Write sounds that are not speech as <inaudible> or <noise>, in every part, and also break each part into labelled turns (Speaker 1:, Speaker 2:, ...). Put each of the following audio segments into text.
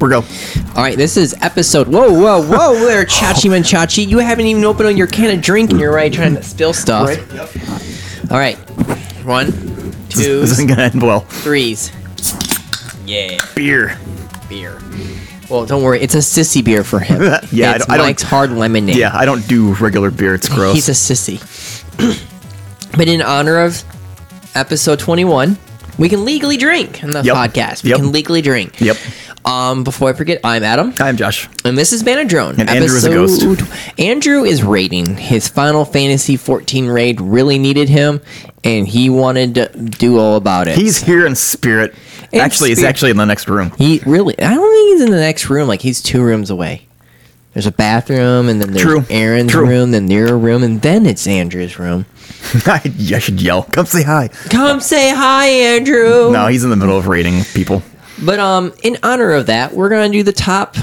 Speaker 1: We're go.
Speaker 2: All right, this is episode. Whoa, whoa, whoa! <laughs> There, Chachi Manchachi, you haven't even opened your can of drink, and you're already trying to spill stuff. All right, one, two,
Speaker 1: This isn't gonna end well.
Speaker 2: threes. Yeah,
Speaker 1: Beer.
Speaker 2: beer. Well, don't worry, it's a sissy beer for him.
Speaker 1: <laughs> Yeah, I
Speaker 2: it's
Speaker 1: don't- I don't-
Speaker 2: Mike's hard lemonade.
Speaker 1: Yeah, I don't do regular beer. It's gross.
Speaker 2: He's a sissy. <clears throat> but in honor of episode 21, we can legally drink in the
Speaker 1: Yep.
Speaker 2: podcast. We
Speaker 1: Yep.
Speaker 2: can legally drink.
Speaker 1: yep.
Speaker 2: Um, before I forget, I'm Adam,
Speaker 1: I'm Josh.
Speaker 2: and this is Banadrone.
Speaker 1: And Andrew is a ghost.
Speaker 2: Andrew is raiding. His Final Fantasy 14 raid really needed him, and he wanted to do all about it.
Speaker 1: He's here in spirit.
Speaker 2: In
Speaker 1: actually, he's
Speaker 2: spirit.
Speaker 1: actually in the next <laughs> room.
Speaker 2: he really. I don't think he's in the next room. Like he's two rooms away. There's a bathroom, and then there's
Speaker 1: True.
Speaker 2: Aaron's
Speaker 1: True.
Speaker 2: room, then your room, and then it's Andrew's room.
Speaker 1: I, I should yell. Come say hi.
Speaker 2: Come say hi, Andrew.
Speaker 1: No, he's in the middle of raiding people.
Speaker 2: But um, in honor of that, we're gonna do the top.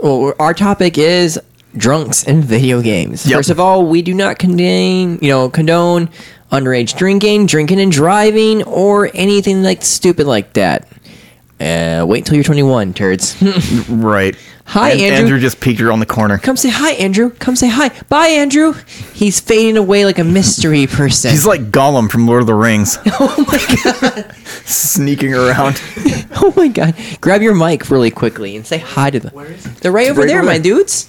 Speaker 2: Well, we're- our topic is drunks and video games.
Speaker 1: Yep.
Speaker 2: First of all, we do not condone, you know, condone underage drinking, drinking and driving, or anything like stupid like that. Uh, wait until you're 21, turds. <laughs>
Speaker 1: Right.
Speaker 2: Hi,
Speaker 1: And
Speaker 2: Andrew.
Speaker 1: Andrew just peeked around the corner.
Speaker 2: Come say hi, Andrew. Come say hi. Bye, Andrew. He's fading away like
Speaker 1: <laughs>
Speaker 2: a mystery person.
Speaker 1: He's like Gollum from Lord of the <laughs> Rings. Oh my god.
Speaker 2: <laughs>
Speaker 1: Sneaking around.
Speaker 2: oh my god! Grab your mic really quickly and say hi to them. Where is They're right over
Speaker 1: right
Speaker 2: there,
Speaker 1: over
Speaker 2: my
Speaker 1: there.
Speaker 2: dudes.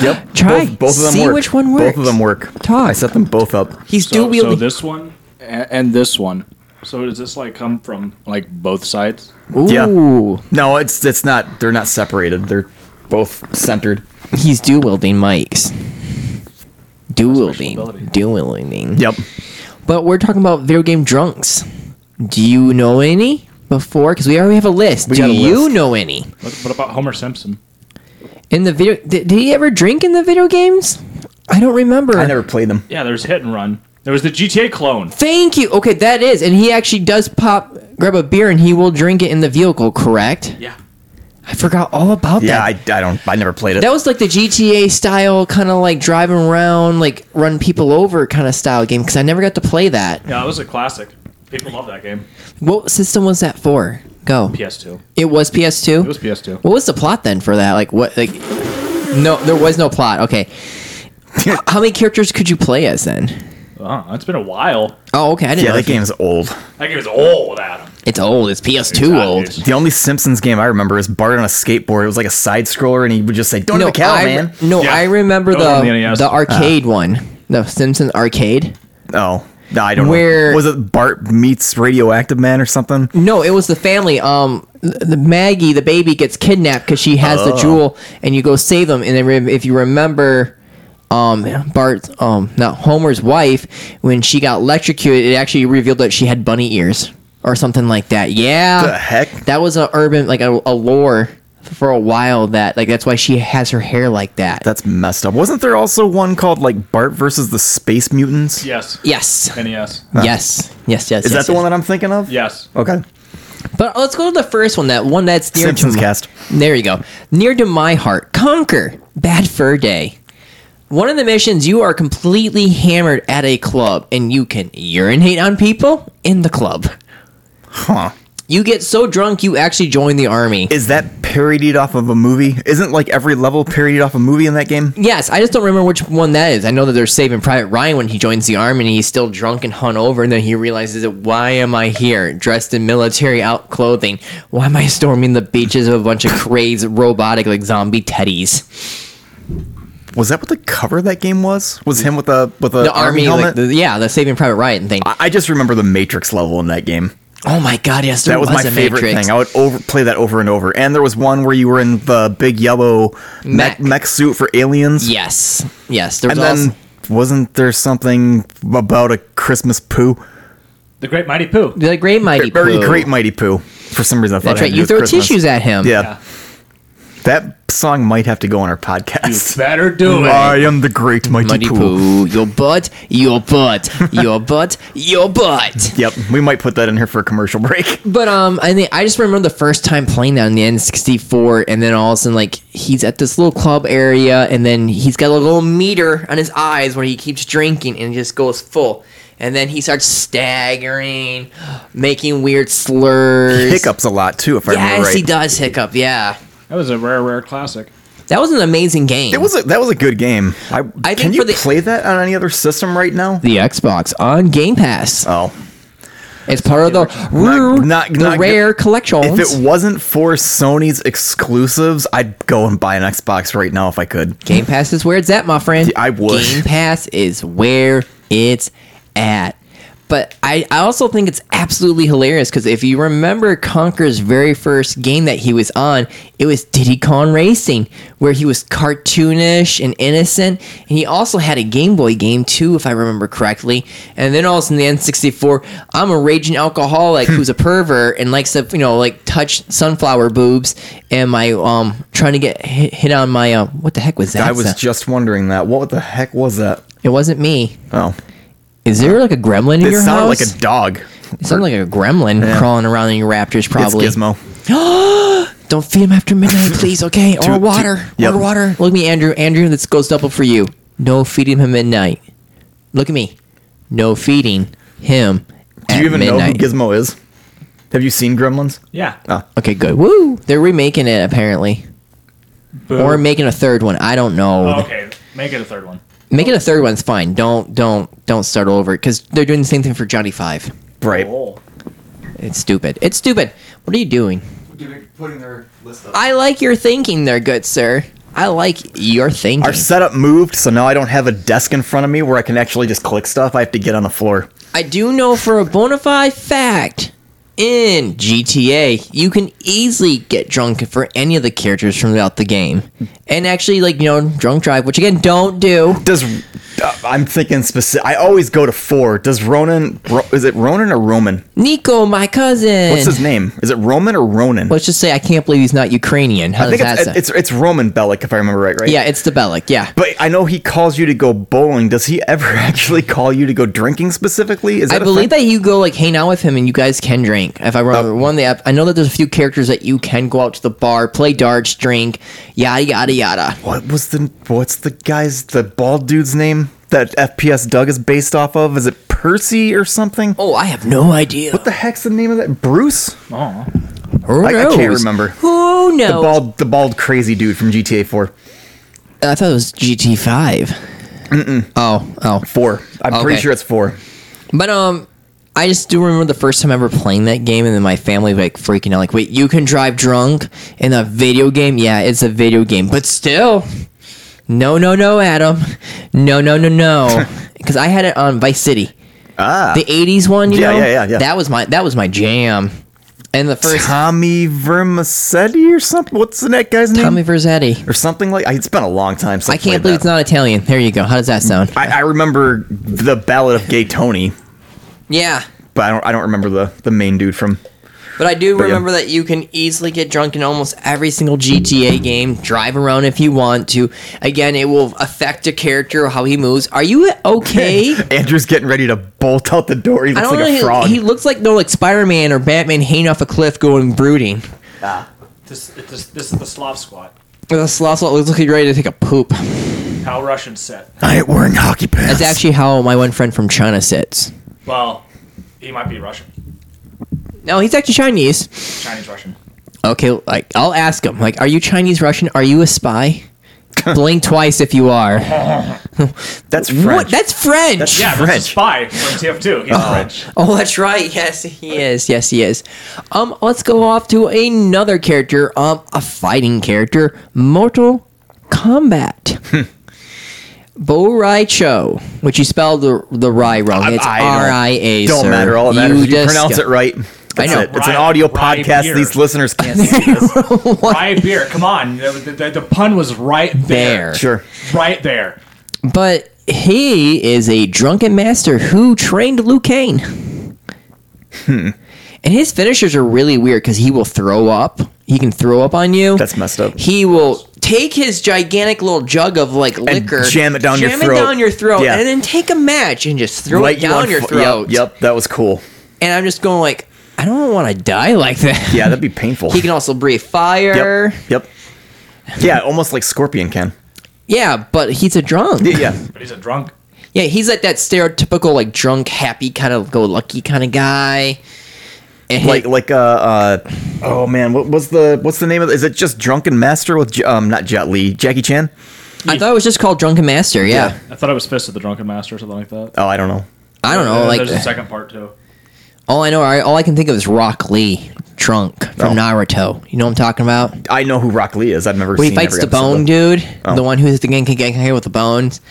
Speaker 1: Yep.
Speaker 2: Try.
Speaker 1: Both, both of them
Speaker 2: See
Speaker 1: work.
Speaker 2: which one
Speaker 1: Both of
Speaker 2: works.
Speaker 1: them work.
Speaker 2: Talk.
Speaker 1: I set them both up.
Speaker 2: He's
Speaker 3: So,
Speaker 2: dual wielding.
Speaker 3: so this one and, and this one. So does this like come from like both sides?
Speaker 1: Yeah.
Speaker 2: Ooh.
Speaker 1: No, it's it's not. They're not separated. They're both centered.
Speaker 2: He's dual wielding mics. Dual wielding.
Speaker 3: ability.
Speaker 2: Dual wielding.
Speaker 1: Yep.
Speaker 2: But we're talking about video game drunks. Do you know any before? Because we already have a list. Do
Speaker 1: got a
Speaker 2: you
Speaker 1: list.
Speaker 2: know any?
Speaker 3: What, what about Homer Simpson?
Speaker 2: In the video. Did, did he ever drink in the video games? I don't remember.
Speaker 1: I never played them.
Speaker 3: Yeah, there's Hit and Run. There was the GTA clone.
Speaker 2: Thank you. Okay, that is. And he actually does pop, grab a beer, and he will drink it in the vehicle, correct?
Speaker 3: Yeah.
Speaker 2: I forgot all about
Speaker 1: Yeah,
Speaker 2: that.
Speaker 1: I, I don't. I never played it.
Speaker 2: That was like the GTA style, kind of like driving around, like run people over kind of style game, because I never got to play that.
Speaker 3: Yeah, that was a classic. People love that game.
Speaker 2: What system was that for? Go.
Speaker 3: PS2.
Speaker 2: It was PS2.
Speaker 3: It was PS2.
Speaker 2: what was the plot then for that? Like what? Like no, there was no plot.
Speaker 3: <laughs>
Speaker 2: Okay. How many characters could you play as then?
Speaker 3: Oh, it's been a while.
Speaker 2: Oh, okay. I didn't
Speaker 1: yeah,
Speaker 2: know.
Speaker 1: that
Speaker 2: if you-
Speaker 1: game's old.
Speaker 3: That game was old, Adam.
Speaker 2: It's old. It's PS2
Speaker 3: Exactly.
Speaker 2: old.
Speaker 1: The only Simpsons game I remember is Bart on a skateboard. It was like a side scroller, and he would just say, "Don't have a cow,
Speaker 2: I,
Speaker 1: man." Ah.
Speaker 2: no,
Speaker 3: Yeah.
Speaker 2: I remember
Speaker 3: That was on the E
Speaker 2: the
Speaker 3: NES.
Speaker 2: the arcade one, the Simpsons arcade.
Speaker 1: Oh, no, I don't
Speaker 2: Where-
Speaker 1: know. Was it Bart meets Radioactive Man or something?
Speaker 2: No, it was the family. Um, the, the Maggie, the baby, gets kidnapped because she has the
Speaker 1: Oh.
Speaker 2: jewel, and you go save them. And then rem- if you remember, um, Bart's um, not Homer's wife, when she got electrocuted, it actually revealed that she had bunny ears or something like that. Yeah,
Speaker 1: The heck?
Speaker 2: that was a urban like a, a lore for a while. That like that's why she has her hair like that.
Speaker 1: That's messed up. Wasn't there also one called like Bart versus the Space Mutants?
Speaker 3: Yes.
Speaker 2: yes.
Speaker 3: NES.
Speaker 2: Yes,
Speaker 1: Is
Speaker 2: yes, yes. yes,
Speaker 1: that the
Speaker 2: yes.
Speaker 1: one that I'm thinking of?
Speaker 3: Yes.
Speaker 1: Okay.
Speaker 2: But let's go to the first one. That one that's near
Speaker 1: Simpsons
Speaker 2: to
Speaker 1: cast.
Speaker 2: There you go. Near to my heart, Conquer Bad Fur Day. One of the missions, you are completely hammered at a club, and you can urinate on people in the club.
Speaker 1: Huh.
Speaker 2: You get so drunk, you actually join the army.
Speaker 1: Is that parodied off of a movie? Isn't like every level parodied off a movie in that game?
Speaker 2: yes, I just don't remember which one that is. I know that they're saving Private Ryan when he joins the army, and he's still drunk and hungover, and then he realizes that why am I here, dressed in military out clothing? Why am I storming the beaches of a bunch of crazed robotic like zombie teddies?
Speaker 1: Was that what the cover of that game was? Was him with a with a
Speaker 2: the army,
Speaker 1: helmet?
Speaker 2: like the, yeah, the Saving Private Ryan thing.
Speaker 1: I I just remember the Matrix level in that game.
Speaker 2: oh my god, yes, there
Speaker 1: That was,
Speaker 2: was,
Speaker 1: my
Speaker 2: a
Speaker 1: favorite
Speaker 2: Matrix.
Speaker 1: thing. I would over, play that over and over. And there was one where you were in the big yellow
Speaker 2: Mech.
Speaker 1: mech, mech suit for aliens.
Speaker 2: yes, yes, there was
Speaker 1: And then
Speaker 2: also-
Speaker 1: wasn't there something about a Christmas poo?
Speaker 3: The Great Mighty Pooh.
Speaker 2: the Great Mighty
Speaker 1: Very
Speaker 2: Pooh.
Speaker 1: great mighty poo. For some reason, I thought
Speaker 2: That's
Speaker 1: it had
Speaker 2: right.
Speaker 1: to do
Speaker 2: You
Speaker 1: with
Speaker 2: throw
Speaker 1: Christmas.
Speaker 2: tissues at him.
Speaker 1: Yeah.
Speaker 3: Yeah.
Speaker 1: that song might have to go on our
Speaker 3: You
Speaker 1: podcast.
Speaker 3: better do it.
Speaker 1: I am the great mighty,
Speaker 2: Mighty
Speaker 1: poo.
Speaker 2: Pooh, your butt, your butt, your butt,
Speaker 1: <laughs>
Speaker 2: your butt.
Speaker 1: Yep, we might put that in here for a commercial
Speaker 2: <laughs>
Speaker 1: break.
Speaker 2: But um, I think I just remember the first time playing that on the N64, and then all of a sudden, like he's at this little club area, and then he's got a little meter on his eyes where he keeps drinking and it just goes full, and then he starts staggering, making weird slurs.
Speaker 1: Hiccups a lot too, if I
Speaker 2: Yes,
Speaker 1: remember right.
Speaker 2: he does hiccup. Yeah,
Speaker 3: That was a rare, rare classic.
Speaker 2: That was an amazing game.
Speaker 1: It was a, that was a good game. I,
Speaker 2: I
Speaker 1: can
Speaker 2: think
Speaker 1: you
Speaker 2: for the-
Speaker 1: play that on any other system right now?
Speaker 2: the Xbox on Game Pass.
Speaker 1: Oh,
Speaker 2: it's part of the
Speaker 1: Not- not-
Speaker 2: the
Speaker 1: not good.
Speaker 2: rare collections.
Speaker 1: if it wasn't for Sony's exclusives, I'd go and buy an Xbox right now if I could.
Speaker 2: Game Pass is where it's at, my friend.
Speaker 1: I would.
Speaker 2: Game Pass is where it's at. But I, I also think it's absolutely hilarious because if you remember Conker's very first game that he was on, it was Diddy Kong Racing, where he was cartoonish and innocent. And he also had a Game Boy game, too, if I remember correctly. And then all of a sudden, the N64, I'm a raging alcoholic who's a pervert and likes to, you know, like touch sunflower boobs. And my, um, trying to get hit, hit on my, uh, what the heck was that?
Speaker 1: I was
Speaker 2: sound?
Speaker 1: just wondering that. What the heck was that?
Speaker 2: It wasn't me.
Speaker 1: Oh,
Speaker 2: Is there like a gremlin in
Speaker 1: it
Speaker 2: your
Speaker 1: sounded
Speaker 2: house?
Speaker 1: like a dog.
Speaker 2: it sounded like a gremlin
Speaker 1: Yeah.
Speaker 2: crawling around in your raptors, probably.
Speaker 1: It's Gizmo.
Speaker 2: Don't feed him
Speaker 1: <laughs>
Speaker 2: after midnight, please, okay? Or
Speaker 1: Two-
Speaker 2: water.
Speaker 1: two- yep.
Speaker 2: Or water. Look at me, Andrew. Andrew, this goes double for you. No feeding him at night. Look at me. No feeding
Speaker 1: Do
Speaker 2: him at
Speaker 1: you even
Speaker 2: midnight.
Speaker 1: know who Gizmo is? Have you seen Gremlins?
Speaker 3: Yeah.
Speaker 1: Oh.
Speaker 2: okay, good. Woo! They're remaking it, apparently.
Speaker 3: Boo.
Speaker 2: Or making a third one. I don't know.
Speaker 3: Oh, okay, make it a third one.
Speaker 2: Making a third one's fine. Don't, don't, don't start over. Because they're doing the same thing for Johnny 5.
Speaker 1: Right.
Speaker 3: Oh.
Speaker 2: It's stupid. It's stupid. What are you doing?
Speaker 1: Putting their list up.
Speaker 2: I like your thinking there, good sir. I like your thinking.
Speaker 1: Our setup moved, so now I don't have a desk in front of me where I can actually just click stuff. I have to get on the floor.
Speaker 2: I do know for a bona fide fact in GTA, you can easily get drunk for any of the characters from throughout the game. And actually, like, you know, drunk drive, which again, don't do.
Speaker 1: Does uh, I'm thinking specific? I always go to four. Does Ronan? Ro, is it Ronan or Roman?
Speaker 2: Nico, my cousin.
Speaker 1: What's his name? Is it Roman or Ronan?
Speaker 2: Let's just say I can't believe he's not Ukrainian. How
Speaker 1: I
Speaker 2: does
Speaker 1: think
Speaker 2: that
Speaker 1: it's,
Speaker 2: sound?
Speaker 1: it's it's Roman Bellic if I remember right. Right.
Speaker 2: yeah, it's the Bellic, yeah.
Speaker 1: But I know he calls you to go bowling. Does he ever <laughs> actually call you to go drinking specifically? Is
Speaker 2: I
Speaker 1: that a
Speaker 2: believe
Speaker 1: thing?
Speaker 2: that you go like hang out with him and you guys can drink. If I
Speaker 1: Oh.
Speaker 2: remember one of the app, I know that there's a few characters that you can go out to the bar, play darts, drink, yada yada yada.
Speaker 1: What was the what's the guy's the bald dude's name that FPS Doug is based off of? Is it Percy or something?
Speaker 2: Oh, I have no idea.
Speaker 1: What the heck's the name of that? Bruce?
Speaker 3: Oh.
Speaker 2: Who
Speaker 1: I, I can't
Speaker 2: knows?
Speaker 1: remember.
Speaker 2: Who knows?
Speaker 1: The bald the bald crazy dude from GTA 4.
Speaker 2: I thought it was GT five. Oh, oh.
Speaker 1: 4. I'm pretty
Speaker 2: Okay.
Speaker 1: sure it's 4.
Speaker 2: But um, I just do remember the first time ever playing that game, and then my family like freaking out, like, "Wait, you can drive drunk in a video game? Yeah, it's a video game, but still, no, no, no, Adam, no, no,
Speaker 1: <laughs>
Speaker 2: no, no, because I had it on Vice City,
Speaker 1: Ah.
Speaker 2: the '80s one, you
Speaker 1: Yeah,
Speaker 2: know,
Speaker 1: yeah, yeah, yeah.
Speaker 2: That was my that was my jam, and the first
Speaker 1: Tommy Vermicetti or something? What's that guy's name?
Speaker 2: Tommy Verzetti.
Speaker 1: Or something like It's been a long time since
Speaker 2: I
Speaker 1: played
Speaker 2: can't believe
Speaker 1: that.
Speaker 2: it's not Italian. There you go. How does that sound?
Speaker 1: I, I remember the Ballad of Gay Tony,
Speaker 2: Yeah.
Speaker 1: but I don't I don't remember the the main dude from
Speaker 2: But I do
Speaker 1: But yeah.
Speaker 2: remember that you can easily get drunk in almost every single GTA game. Drive around if you want to. Again, it will affect a character how he moves. Are you <laughs> okay?
Speaker 1: Andrew's getting ready to bolt out the door. He
Speaker 2: I
Speaker 1: looks
Speaker 2: don't
Speaker 1: like a
Speaker 2: know.
Speaker 1: frog.
Speaker 2: He, he looks like no, like Spider Man or Batman hanging off a cliff, going brooding.
Speaker 3: This, this, this is the Slav Squad.
Speaker 2: The sloth looks like he's ready to take a poop.
Speaker 3: How Russians sit.
Speaker 1: I ain't wearing hockey pants.
Speaker 2: <laughs> That's actually how my one friend from China sits.
Speaker 3: Well, he might be Russian,
Speaker 2: No, he's actually Chinese.
Speaker 3: Chinese Russian.
Speaker 2: Okay, like I'll ask him. Like, are you Chinese Russian? Are you a <laughs> spy? Blink twice if you are.
Speaker 1: that's French.
Speaker 2: What? That's French.
Speaker 1: That's-
Speaker 3: Yeah,
Speaker 1: French.
Speaker 3: that's a spy from TF2. He's French.
Speaker 2: <laughs> Oh, that's right. Yes, he is. Yes, he is. Um, let's go off to another character. Um, a fighting character, Mortal Kombat.
Speaker 1: Hmm.
Speaker 2: Bo Rai Cho, which you spelled the the Rai wrong. It's
Speaker 1: I don't-
Speaker 2: R I A.
Speaker 1: don't
Speaker 2: sir.
Speaker 1: matter. All that matters is you
Speaker 2: just-
Speaker 1: pronounce it right. That's
Speaker 2: know.
Speaker 1: it. It's an
Speaker 3: Right-
Speaker 1: audio
Speaker 3: right
Speaker 1: podcast.
Speaker 3: here.
Speaker 1: These listeners can't see this.
Speaker 3: Rye beer. Come on. The, the- the pun was right
Speaker 2: There.
Speaker 3: there.
Speaker 1: Sure.
Speaker 3: Right there.
Speaker 2: But he is a drunken master who trained Liu Kane. Hmm.
Speaker 1: Hmm.
Speaker 2: And his finishers are really weird because he will throw up. He can throw up on you.
Speaker 1: That's messed up.
Speaker 2: He will take his gigantic little jug of like liquor,
Speaker 1: jam it down your
Speaker 2: jam
Speaker 1: throat.
Speaker 2: it down your throat,
Speaker 1: Yeah.
Speaker 2: and then take a match and just throw
Speaker 1: Light
Speaker 2: it
Speaker 1: you
Speaker 2: down
Speaker 1: on
Speaker 2: your
Speaker 1: fi- Yep,
Speaker 2: throat.
Speaker 1: yep, that was cool.
Speaker 2: And I'm just going like, I don't want to die like that.
Speaker 1: Yeah, that'd be painful.
Speaker 2: <laughs>
Speaker 1: <laughs>
Speaker 2: He can also breathe fire.
Speaker 1: yep, yep. Yeah, almost like Scorpion can.
Speaker 2: Yeah, but he's
Speaker 1: <laughs>
Speaker 2: a drunk.
Speaker 1: Yeah, yeah.
Speaker 3: But he's a drunk.
Speaker 2: Yeah, he's like that stereotypical like drunk, happy kind of go lucky kind of guy. It
Speaker 1: like
Speaker 2: hit-
Speaker 1: like uh, uh oh man, what was the what's the name of? Is it just Drunken Master with J- um not Jet Li, Jackie Chan?
Speaker 2: I thought it was just called Drunken Master. Yeah,
Speaker 3: I thought it was Fist of the Drunken Master or something like that.
Speaker 1: Oh, I don't know.
Speaker 2: I don't know.
Speaker 3: Uh,
Speaker 2: Oh, like
Speaker 3: there's a second part too.
Speaker 2: all I know, I, all I can think of is Rock Lee, Trunk from
Speaker 1: Oh.
Speaker 2: Naruto. You know what I'm talking about?
Speaker 1: I know who Rock Lee is. I've never.
Speaker 2: Where
Speaker 1: seen
Speaker 2: he fights
Speaker 1: every
Speaker 2: the
Speaker 1: episode, Oh.
Speaker 2: bone
Speaker 1: though.
Speaker 2: dude, the one who's the Genki Genkai with the bones,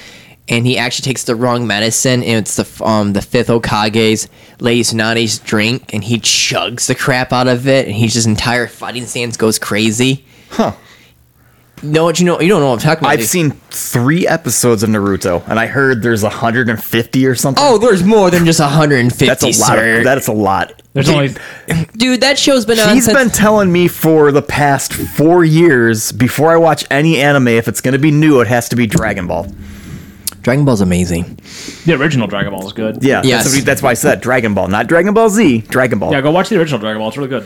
Speaker 2: and he actually takes the wrong medicine, and it's the f- um the fifth Okage's Lady Tsunade's drink, and he chugs the crap out of it, and he's just entire fighting stance goes crazy.
Speaker 1: Huh.
Speaker 2: Know what you know? You don't know what I'm talking about.
Speaker 1: I've
Speaker 2: dude.
Speaker 1: seen three episodes of Naruto, and I heard there's 150 or something.
Speaker 2: Oh, there's more than just 150.
Speaker 1: that's a lot.
Speaker 2: sir.
Speaker 1: Of, that's a lot.
Speaker 3: There's only
Speaker 2: dude. That show's been on.
Speaker 1: He's
Speaker 2: since-
Speaker 1: been telling me for the past four years before I watch any anime, if it's going to be new, it has to be Dragon Ball.
Speaker 2: Dragon Ball's amazing.
Speaker 3: the original Dragon Ball is good.
Speaker 1: Yeah,
Speaker 2: Yes.
Speaker 1: that's, what he- that's why I said Dragon Ball, not Dragon Ball Z, Dragon Ball.
Speaker 3: Yeah, go watch the original Dragon Ball. It's really good.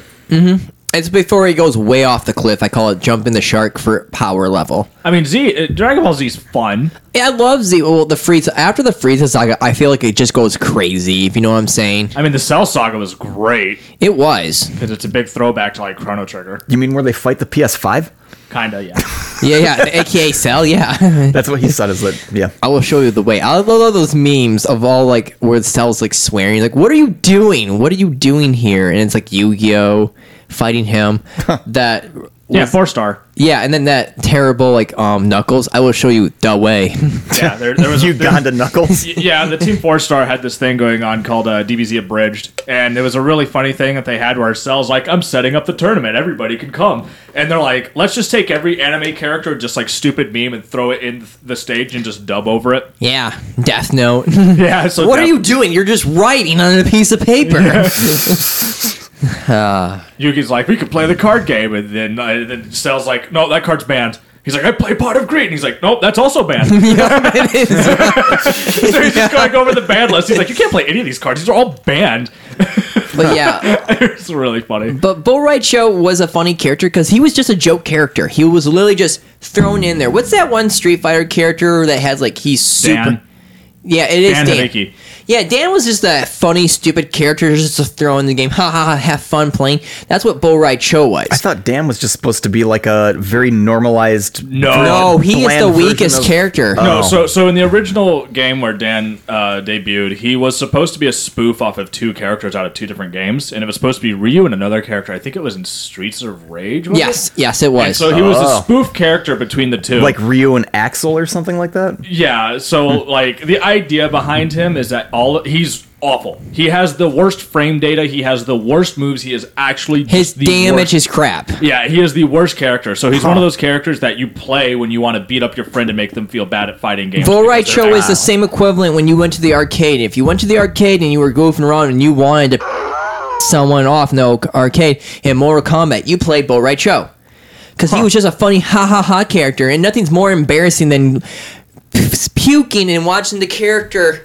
Speaker 2: It's before he goes way off the cliff. I call it jumping the shark for power level.
Speaker 3: I mean, Z uh, Dragon Ball Z is fun.
Speaker 2: Yeah, I love Z. Well, the freeze after the Frieza saga, I feel like it just goes crazy. If you know what I'm saying,
Speaker 3: I mean, the Cell Saga was great
Speaker 2: it was.
Speaker 3: because it's a big throwback to like Chrono Trigger.
Speaker 1: You mean where they fight the PS5?
Speaker 3: Kinda, yeah.
Speaker 2: Yeah, yeah. AKA Cell. Yeah, <laughs>
Speaker 1: That's what he said. Is that
Speaker 3: <laughs>
Speaker 1: yeah?
Speaker 2: I will show you the way. I love all those memes of all like where Cell's like swearing, like, "What are you doing? What are you doing here?" And it's like Yu-Gi-Oh fighting him. that
Speaker 3: yeah, four star.
Speaker 2: yeah, and then that terrible like um Knuckles. I will show you the way. <laughs>
Speaker 3: Yeah, there, there was a-
Speaker 1: Uganda
Speaker 3: <laughs>
Speaker 1: Knuckles.
Speaker 3: yeah, the Team Four Star had this thing going on called uh, DBZ Abridged, and it was a really funny thing that they had where Cell's like, "I'm setting up the tournament, everybody can come," and they're like, "Let's just take every anime character, just like stupid meme, and throw it in th- the stage and just dub
Speaker 2: <laughs>
Speaker 3: over it."
Speaker 2: yeah, Death Note. <laughs>
Speaker 3: Yeah, <laughs> so
Speaker 2: what are
Speaker 3: def-
Speaker 2: you doing? You're just writing on a piece of paper.
Speaker 3: Yuki's like, "We could play the card game," and then uh, and then Cell's like, "No, that card's banned." He's like, "I play Pot of Greed," and he's like, "Nope, that's also banned."
Speaker 2: <laughs>
Speaker 3: <laughs>
Speaker 2: You know what it is?
Speaker 3: so
Speaker 2: <laughs>
Speaker 3: he's just going over the ban list. He's like, "You can't play any of these cards; these are all banned." <laughs>
Speaker 2: But yeah,
Speaker 3: it's really funny.
Speaker 2: but Bo Wright Show was a funny character because he was just a joke character. He was literally just thrown in there. What's that one Street Fighter character that has like he's super?
Speaker 3: Dan,
Speaker 2: Yeah, it is
Speaker 3: Dan,
Speaker 2: Dan.
Speaker 3: Hibiki.
Speaker 2: Yeah, Dan was just that funny, stupid character just to throw in the game. Ha ha ha! Have fun playing. That's what Bo Wright Show was.
Speaker 1: I thought Dan was just supposed to be like a very normalized.
Speaker 3: No,
Speaker 2: no, he is
Speaker 1: bland
Speaker 2: the
Speaker 1: version
Speaker 2: weakest
Speaker 1: of-
Speaker 2: character.
Speaker 3: No,
Speaker 1: Oh.
Speaker 3: so so in the original game where Dan uh, debuted, he was supposed to be a spoof off of two characters out of two different games, and it was supposed to be Ryu and another character. I think it was in Streets of Rage. was it?
Speaker 2: yes, yes, it
Speaker 3: And
Speaker 2: was.
Speaker 3: so he was
Speaker 1: Oh.
Speaker 3: a spoof character between the two.
Speaker 1: Like hmm. Ryu and Axel or something like that.
Speaker 3: yeah. So like the idea behind him is that all he's awful. He has the worst frame data. He has the worst moves. He is actually
Speaker 2: His
Speaker 3: just the
Speaker 2: damage is
Speaker 3: worst-
Speaker 2: crap.
Speaker 3: Yeah, he is the worst character. So he's one of those characters that you play when you want to beat up your friend and make them feel bad at fighting games.
Speaker 2: Bull
Speaker 3: because
Speaker 2: Ride
Speaker 3: they're
Speaker 2: Show is the
Speaker 3: actually-
Speaker 2: same equivalent when you went to the arcade. If you went to the arcade and you were goofing around and you wanted to someone off in the arc- arcade in Mortal Kombat, you played Bull Ride Show. Because he was just a funny ha ha ha character, and nothing's more embarrassing than puking and watching the character.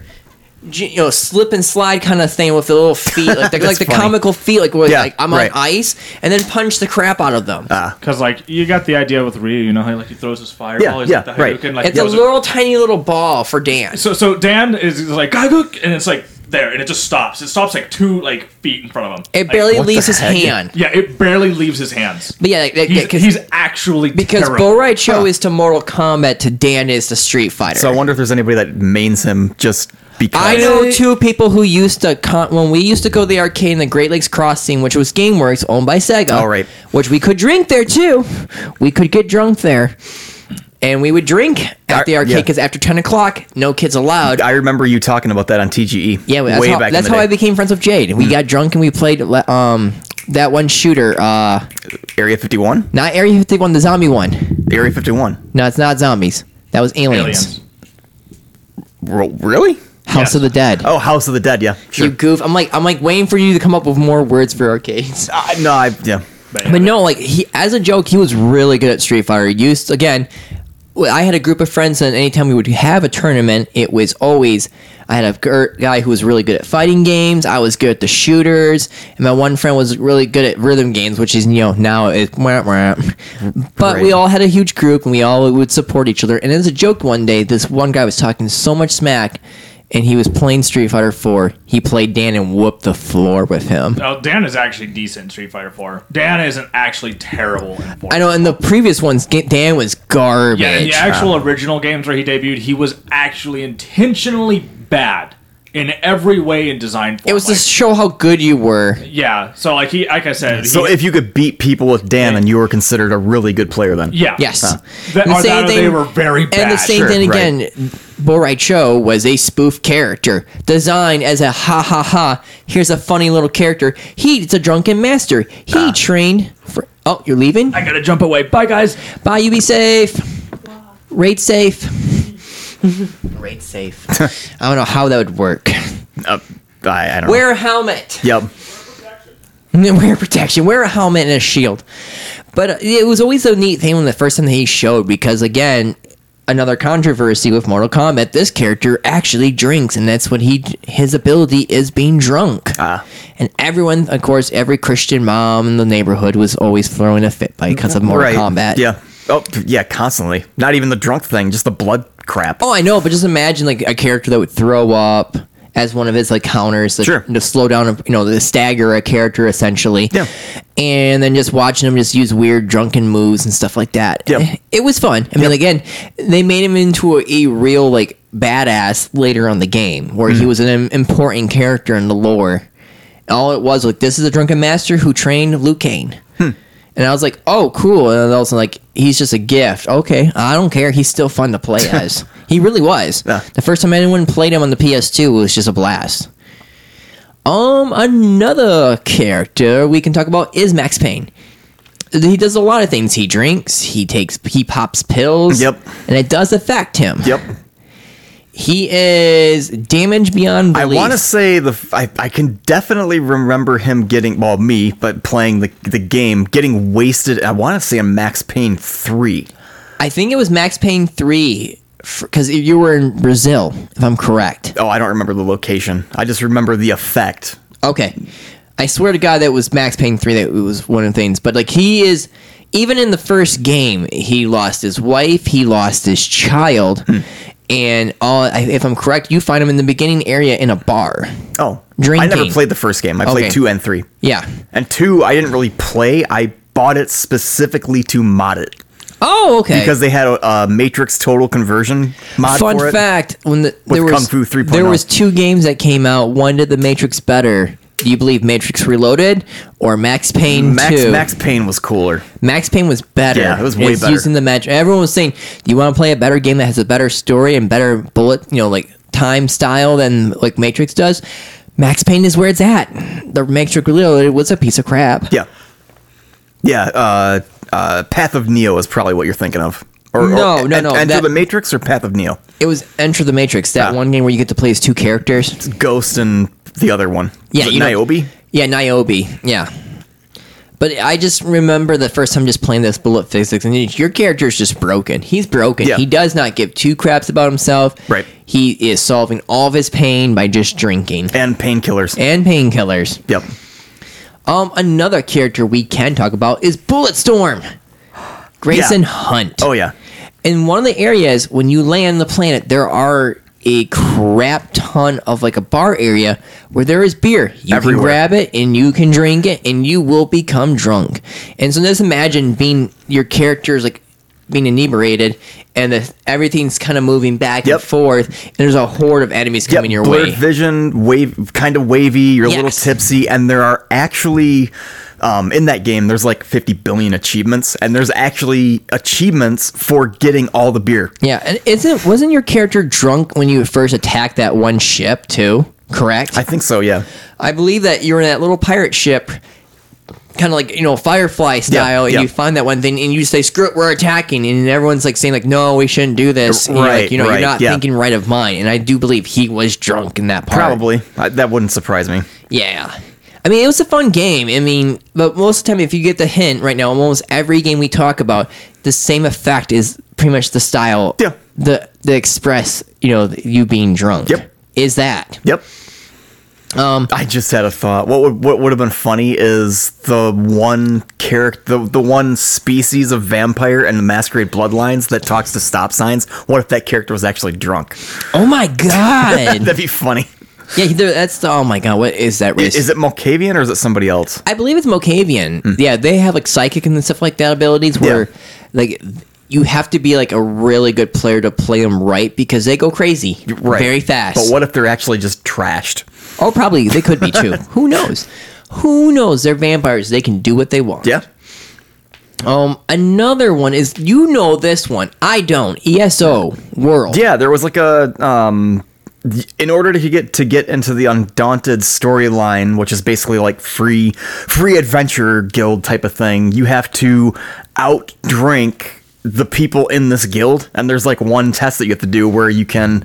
Speaker 2: j- You know, slip and slide kind of thing with the little
Speaker 1: <laughs>
Speaker 2: feet, like the, like the
Speaker 1: funny.
Speaker 2: comical feet, like where
Speaker 1: Yeah,
Speaker 2: like I'm
Speaker 1: right. Ah,
Speaker 2: on ice, and then punch the crap out of them.
Speaker 3: Because like you got the idea with Ryu, you know how like he throws his fireball,
Speaker 1: Yeah,
Speaker 3: he's
Speaker 1: yeah,
Speaker 3: like the
Speaker 1: right.
Speaker 3: Hadouken, like
Speaker 2: it's a
Speaker 3: throws it-
Speaker 2: little tiny little ball for Dan.
Speaker 3: So so Dan is, is like Gaiguk, and it's like there, and it just stops. It stops like two like feet in front of him.
Speaker 2: It
Speaker 3: Like,
Speaker 2: barely
Speaker 1: what the
Speaker 2: leaves his
Speaker 1: heck?
Speaker 2: hand.
Speaker 3: yeah, it barely leaves his hands.
Speaker 2: But yeah, like, like,
Speaker 3: he's,
Speaker 2: 'cause-
Speaker 3: he's actually
Speaker 2: Because
Speaker 3: terrible.
Speaker 2: Bo Ride Show is to Mortal Kombat to Dan is to Street Fighter.
Speaker 1: So I wonder if there's anybody that mains him just because.
Speaker 2: I know two people who used to con- when we used to go to the arcade in the Great Lakes Crossing, which was GameWorks owned by Sega.
Speaker 1: All Oh, right.
Speaker 2: which we could drink there too. We could get drunk there, and we would drink at
Speaker 1: Ar-
Speaker 2: the arcade
Speaker 1: yeah.
Speaker 2: because after ten o'clock, no kids allowed.
Speaker 1: I remember you talking about that on TGE.
Speaker 2: yeah, well, that's
Speaker 1: way
Speaker 2: how,
Speaker 1: back.
Speaker 2: that's
Speaker 1: in the
Speaker 2: how
Speaker 1: day.
Speaker 2: I
Speaker 1: Hmm.
Speaker 2: became friends with Jade. We got drunk and we played le- um that one shooter, uh,
Speaker 1: Area 51.
Speaker 2: not Area Fifty One, the zombie one.
Speaker 1: Area 51.
Speaker 2: No, it's not zombies. That was aliens.
Speaker 3: Aliens.
Speaker 1: Re- Really?
Speaker 2: House of the Dead.
Speaker 1: Oh, House of the Dead. Yeah, sure.
Speaker 2: You goof. I'm like I'm like waiting for you to come up with more words for arcades.
Speaker 1: Uh, no, I yeah.
Speaker 2: But no, like he as a joke, he was really good at Street Fighter. He Used again, w- I had a group of friends, and anytime we would have a tournament, it was always I had a gir- guy who was really good at fighting games. I was good at the shooters, and my one friend was really good at rhythm games, which is you know now it's wah, wah. but we
Speaker 1: Right.
Speaker 2: all had a huge group, and we all would support each other. And as a joke, one day this one guy was talking so much smack. and he was playing Street Fighter 4. He played Dan and whooped the floor with him.
Speaker 3: Oh, Dan is actually decent in Street Fighter 4. Dan isn't actually terrible in 4.
Speaker 2: I um, know in the previous ones, Ga- Dan was garbage.
Speaker 3: Yeah, in the actual original games where he debuted, he was actually intentionally bad in every way in design. Form.
Speaker 2: it was to
Speaker 3: like,
Speaker 2: show how good you were.
Speaker 3: yeah. So like he, like I said,
Speaker 1: So
Speaker 3: he,
Speaker 1: if you could beat people with Dan, then you were considered a really good player then.
Speaker 3: yeah,
Speaker 2: Yes.
Speaker 3: that,
Speaker 2: And
Speaker 3: or that or they were very bad.
Speaker 2: And the same
Speaker 1: sure,
Speaker 2: thing
Speaker 1: right.
Speaker 2: again, Bo Rai Cho was a spoof character designed as a ha ha ha. Here's a funny little character. He's a drunken master. He
Speaker 1: Ah.
Speaker 2: trained for. Oh, you're leaving?
Speaker 3: I gotta jump away. Bye, guys.
Speaker 2: Bye, you be safe. Raid safe. Raid safe. <laughs> I don't know how that would work.
Speaker 1: Uh, I, I don't
Speaker 2: Wear a helmet.
Speaker 1: know. Yep.
Speaker 2: <laughs> Wear protection. Wear a helmet and a shield. But uh, it was always a neat thing when the first time that he showed because again, another controversy with Mortal Kombat. This character actually drinks, and that's what he his ability is being drunk.
Speaker 1: Ah.
Speaker 2: And everyone, of course, every Christian mom in the neighborhood was always throwing a fit because of Mortal
Speaker 1: right.
Speaker 2: Kombat.
Speaker 1: Yeah. Oh, yeah, constantly. Not even the drunk thing, just the blood crap.
Speaker 2: Oh, I know, but just imagine like a character that would throw up as one of his like counters, like,
Speaker 1: Sure.
Speaker 2: to slow down, you know, to stagger a character essentially.
Speaker 1: Yeah.
Speaker 2: And then just watching him just use weird drunken moves and stuff like that.
Speaker 1: Yep.
Speaker 2: It was fun. I mean, again, they made him into a, a real like badass later on the game, where
Speaker 1: Mm-hmm.
Speaker 2: he was an im- important character in the lore. All it was like this is a drunken master who trained Luke Kane.
Speaker 1: Hmm.
Speaker 2: And I was like, oh, cool. And then all of a sudden, like, he's just a gift. Okay, I don't care. He's still fun
Speaker 1: <laughs>
Speaker 2: to play as. he really was.
Speaker 1: Yeah.
Speaker 2: The first time anyone played him on the PS2 it was just a blast. Um, another character we can talk about is Max Payne. He does a lot of things. He drinks. He takes. He pops pills.
Speaker 1: Yep.
Speaker 2: And it does affect him.
Speaker 1: Yep.
Speaker 2: He is damaged beyond
Speaker 1: I
Speaker 2: belief.
Speaker 1: want to say the f- I, I can definitely remember him getting well me but playing the the game getting wasted. I want to say a Max Payne three.
Speaker 2: I think it was Max Payne three because you were in Brazil, if I'm correct.
Speaker 1: Oh, I don't remember the location. I just remember the effect.
Speaker 2: Okay. I swear to God that was Max Payne 3 that was one of the things. But, like, he is. Even in the first game, he lost his wife, he lost his child.
Speaker 1: Hmm.
Speaker 2: And all, I- if I'm correct, you find him in the beginning area in a bar.
Speaker 1: Oh, I
Speaker 2: Drinking.
Speaker 1: never played the first game. I played
Speaker 2: Okay.
Speaker 1: two and three.
Speaker 2: Yeah.
Speaker 1: And two, I didn't really play. I bought it specifically to mod it
Speaker 2: Oh, okay.
Speaker 1: because they had a, a Matrix Total Conversion mod
Speaker 2: Fun
Speaker 1: for it.
Speaker 2: fact: when the, there
Speaker 1: Kung
Speaker 2: was
Speaker 1: Fu oh. 3.0.
Speaker 2: there was two games that came out. One did the Matrix better. Do you believe Matrix Reloaded or Max Payne
Speaker 1: Max
Speaker 2: 2?
Speaker 1: Max Payne was cooler.
Speaker 2: Max Payne was better.
Speaker 1: Yeah, it was way
Speaker 2: It's
Speaker 1: better.
Speaker 2: Using the match, everyone was saying, "Do you want to play a better game that has a better story and better bullet, you know, like time style than like Matrix does?" Max Payne is where it's at. The Matrix Reloaded was a piece of crap.
Speaker 1: Yeah, yeah. Uh, uh, Path of Neo is probably what you're thinking of. Or, or
Speaker 2: No, no,
Speaker 1: En-
Speaker 2: no,
Speaker 1: Enter
Speaker 2: that-
Speaker 1: the Matrix or Path of Neo.
Speaker 2: It was Enter the Matrix, that
Speaker 1: Yeah.
Speaker 2: one game where you get to play as two characters.
Speaker 1: Ghost and the other one.
Speaker 2: Yeah,
Speaker 1: Is it
Speaker 2: you know-
Speaker 1: Niobe.
Speaker 2: Yeah, Niobe. Yeah. But I just remember the first time just playing this bullet physics, and you- your character is just broken. He's broken.
Speaker 1: Yeah.
Speaker 2: He does not give two craps about himself.
Speaker 1: Right.
Speaker 2: He is solving all of his pain by just drinking.
Speaker 1: and painkillers.
Speaker 2: and painkillers.
Speaker 1: Yep.
Speaker 2: Um, another character we can talk about is Bulletstorm, Grayson
Speaker 1: Yeah.
Speaker 2: Hunt.
Speaker 1: Oh yeah.
Speaker 2: In one of the areas when you land the planet, there are a crap ton of like a bar area where there is beer. You
Speaker 1: Everywhere.
Speaker 2: can grab it and you can drink it and you will become drunk. And so just imagine being your character is like being inebriated and the, everything's kind of moving back
Speaker 1: Yep.
Speaker 2: and forth and there's a horde of enemies
Speaker 1: Yep.
Speaker 2: coming your
Speaker 1: Blurred
Speaker 2: way.
Speaker 1: vision, wave, kind of wavy. You're a little
Speaker 2: Yes.
Speaker 1: tipsy, and there are actually. Um, in that game, there's like 50 billion achievements, and there's actually achievements for getting all the beer.
Speaker 2: Yeah, and isn't wasn't your character drunk when you first attacked that one ship too? Correct.
Speaker 1: I
Speaker 2: I,
Speaker 1: think so, yeah.
Speaker 2: believe that you were in that little pirate ship, kind of like you know Firefly style, and
Speaker 1: yeah.
Speaker 2: you find that one thing, and you say, "Screw it, we're attacking," and everyone's like saying, "Like, no, we shouldn't do this." And you're like,
Speaker 1: Right,
Speaker 2: you know,
Speaker 1: right,
Speaker 2: you're not
Speaker 1: yeah.
Speaker 2: thinking right of mind, and I do believe he was drunk in that part.
Speaker 1: Probably. I, that wouldn't surprise me.
Speaker 2: Yeah. I mean, it was a fun game. I mean, but most of the time, if you get the hint right now, almost every game we talk about, the same effect is pretty much the style.
Speaker 1: Yeah.
Speaker 2: The the express, you know, you being drunk.
Speaker 1: Yep.
Speaker 2: Is that?
Speaker 1: Yep.
Speaker 2: Um,
Speaker 1: I just had a thought. What would what would have been funny is the one character, the, the one species of vampire in the Masquerade Bloodlines that talks to stop signs. What if that character was actually drunk? <laughs>
Speaker 2: Oh my god!
Speaker 1: That'd be funny.
Speaker 2: yeah, there- that's the. Oh my god, what is that race?
Speaker 1: Is Hmm. it Malkavian or is it somebody else?
Speaker 2: I believe it's Mokavian. Yeah, they have like psychic and stuff like that abilities where, like, you have to be like a really good player to play them right because they go crazy
Speaker 1: Right.
Speaker 2: very fast.
Speaker 1: But what if they're actually just trashed?
Speaker 2: Oh, probably they could
Speaker 1: <laughs>
Speaker 2: be too. Who knows? Who knows? They're vampires. They can do what they want.
Speaker 1: Yeah.
Speaker 2: Um, another one is you know this one. I don't. ESO World.
Speaker 1: Yeah, there was like a um in order to get to get into the undaunted storyline, which is basically like free free adventure guild type of thing, you have to outdrink the people in this guild and there's like one test that you have to do where you can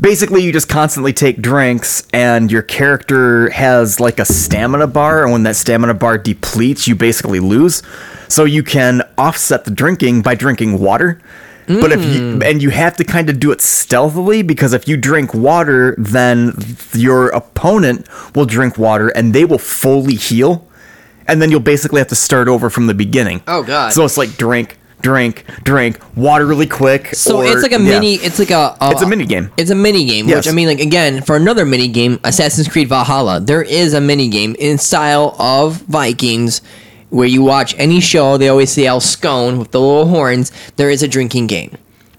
Speaker 1: basically you just constantly take drinks and your character has like a stamina bar and when that stamina bar depletes you basically lose so you can offset the drinking by drinking water but if you
Speaker 2: Mm.
Speaker 1: and you have to kind of do it stealthily because if you drink water then your opponent will drink water and they will fully heal and then you'll basically have to start over from the beginning
Speaker 2: Oh, God.
Speaker 1: so it's like drink drink drink water really quick
Speaker 2: So
Speaker 1: or-
Speaker 2: it's like a
Speaker 1: yeah.
Speaker 2: mini. It's like a. Uh,
Speaker 1: It's a mini game.
Speaker 2: It's a mini game.
Speaker 1: Yes.
Speaker 2: Which I mean, like again, for another mini game, Assassin's Creed Valhalla. There is a mini game in style of Vikings, where you watch any show. They always say "El Scone" with the little horns. There is a drinking game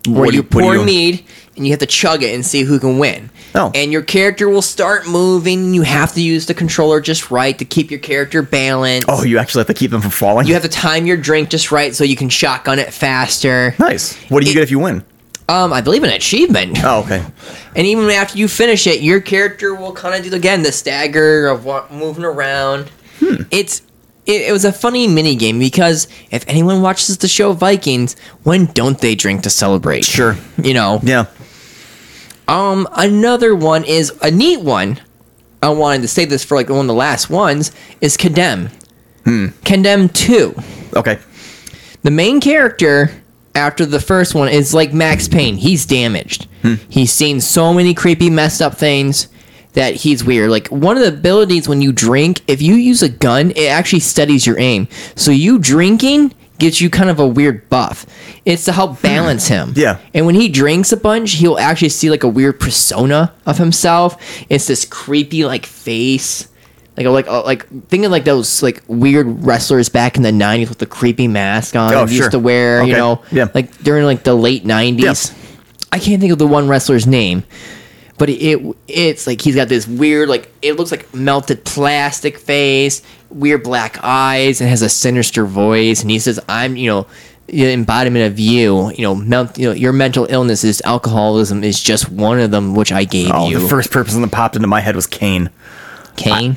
Speaker 2: where
Speaker 1: What do
Speaker 2: you
Speaker 1: you- what do
Speaker 2: pour
Speaker 1: you-
Speaker 2: mead and you have to chug it and see who can win.
Speaker 1: Oh.
Speaker 2: And your character will start moving. You have to use the controller just right to keep your character balanced.
Speaker 1: oh you actually have to keep them from falling
Speaker 2: You have to time your drink just right so you can shotgun it faster.
Speaker 1: <laughs> nice what do you get if you win
Speaker 2: Um, I believe an achievement.
Speaker 1: oh okay
Speaker 2: And even after you finish it, your character will kind of do again the stagger of wa- moving around.
Speaker 1: Hmm.
Speaker 2: It's it, it was a funny mini game because if anyone watches the show Vikings, when don't they drink to celebrate?
Speaker 1: Sure.
Speaker 2: you know.
Speaker 1: yeah
Speaker 2: Um, another one is a neat one. I wanted to say this for like one of the last ones is Condemn.
Speaker 1: Hmm.
Speaker 2: Condemn two.
Speaker 1: okay
Speaker 2: The main character after the first one is like Max Payne. He's damaged. He's seen so many creepy, messed up things that he's weird. Like one of the abilities when you drink, if you use a gun, it actually steadies your aim. So you drinking gets you kind of a weird buff. It's to help balance him.
Speaker 1: Yeah.
Speaker 2: And when he drinks a bunch, he'll actually see like a weird persona of himself. It's this creepy like face. Like like uh, like think of like those like weird wrestlers back in the nineties with the creepy mask on
Speaker 1: Oh,
Speaker 2: used
Speaker 1: sure.
Speaker 2: to wear,
Speaker 1: Okay.
Speaker 2: you know,
Speaker 1: Yeah.
Speaker 2: like during like the late nineties. I can't think of the one wrestler's name, but it, it it's like he's got this weird like it looks like melted plastic face, weird black eyes, and has a sinister voice, and he says, "I'm you know." The embodiment of you, you know, mel- you know, your mental illness is alcoholism is just one of them, which I gave
Speaker 1: oh
Speaker 2: you.
Speaker 1: the first person that popped into my head was kane
Speaker 2: Kane.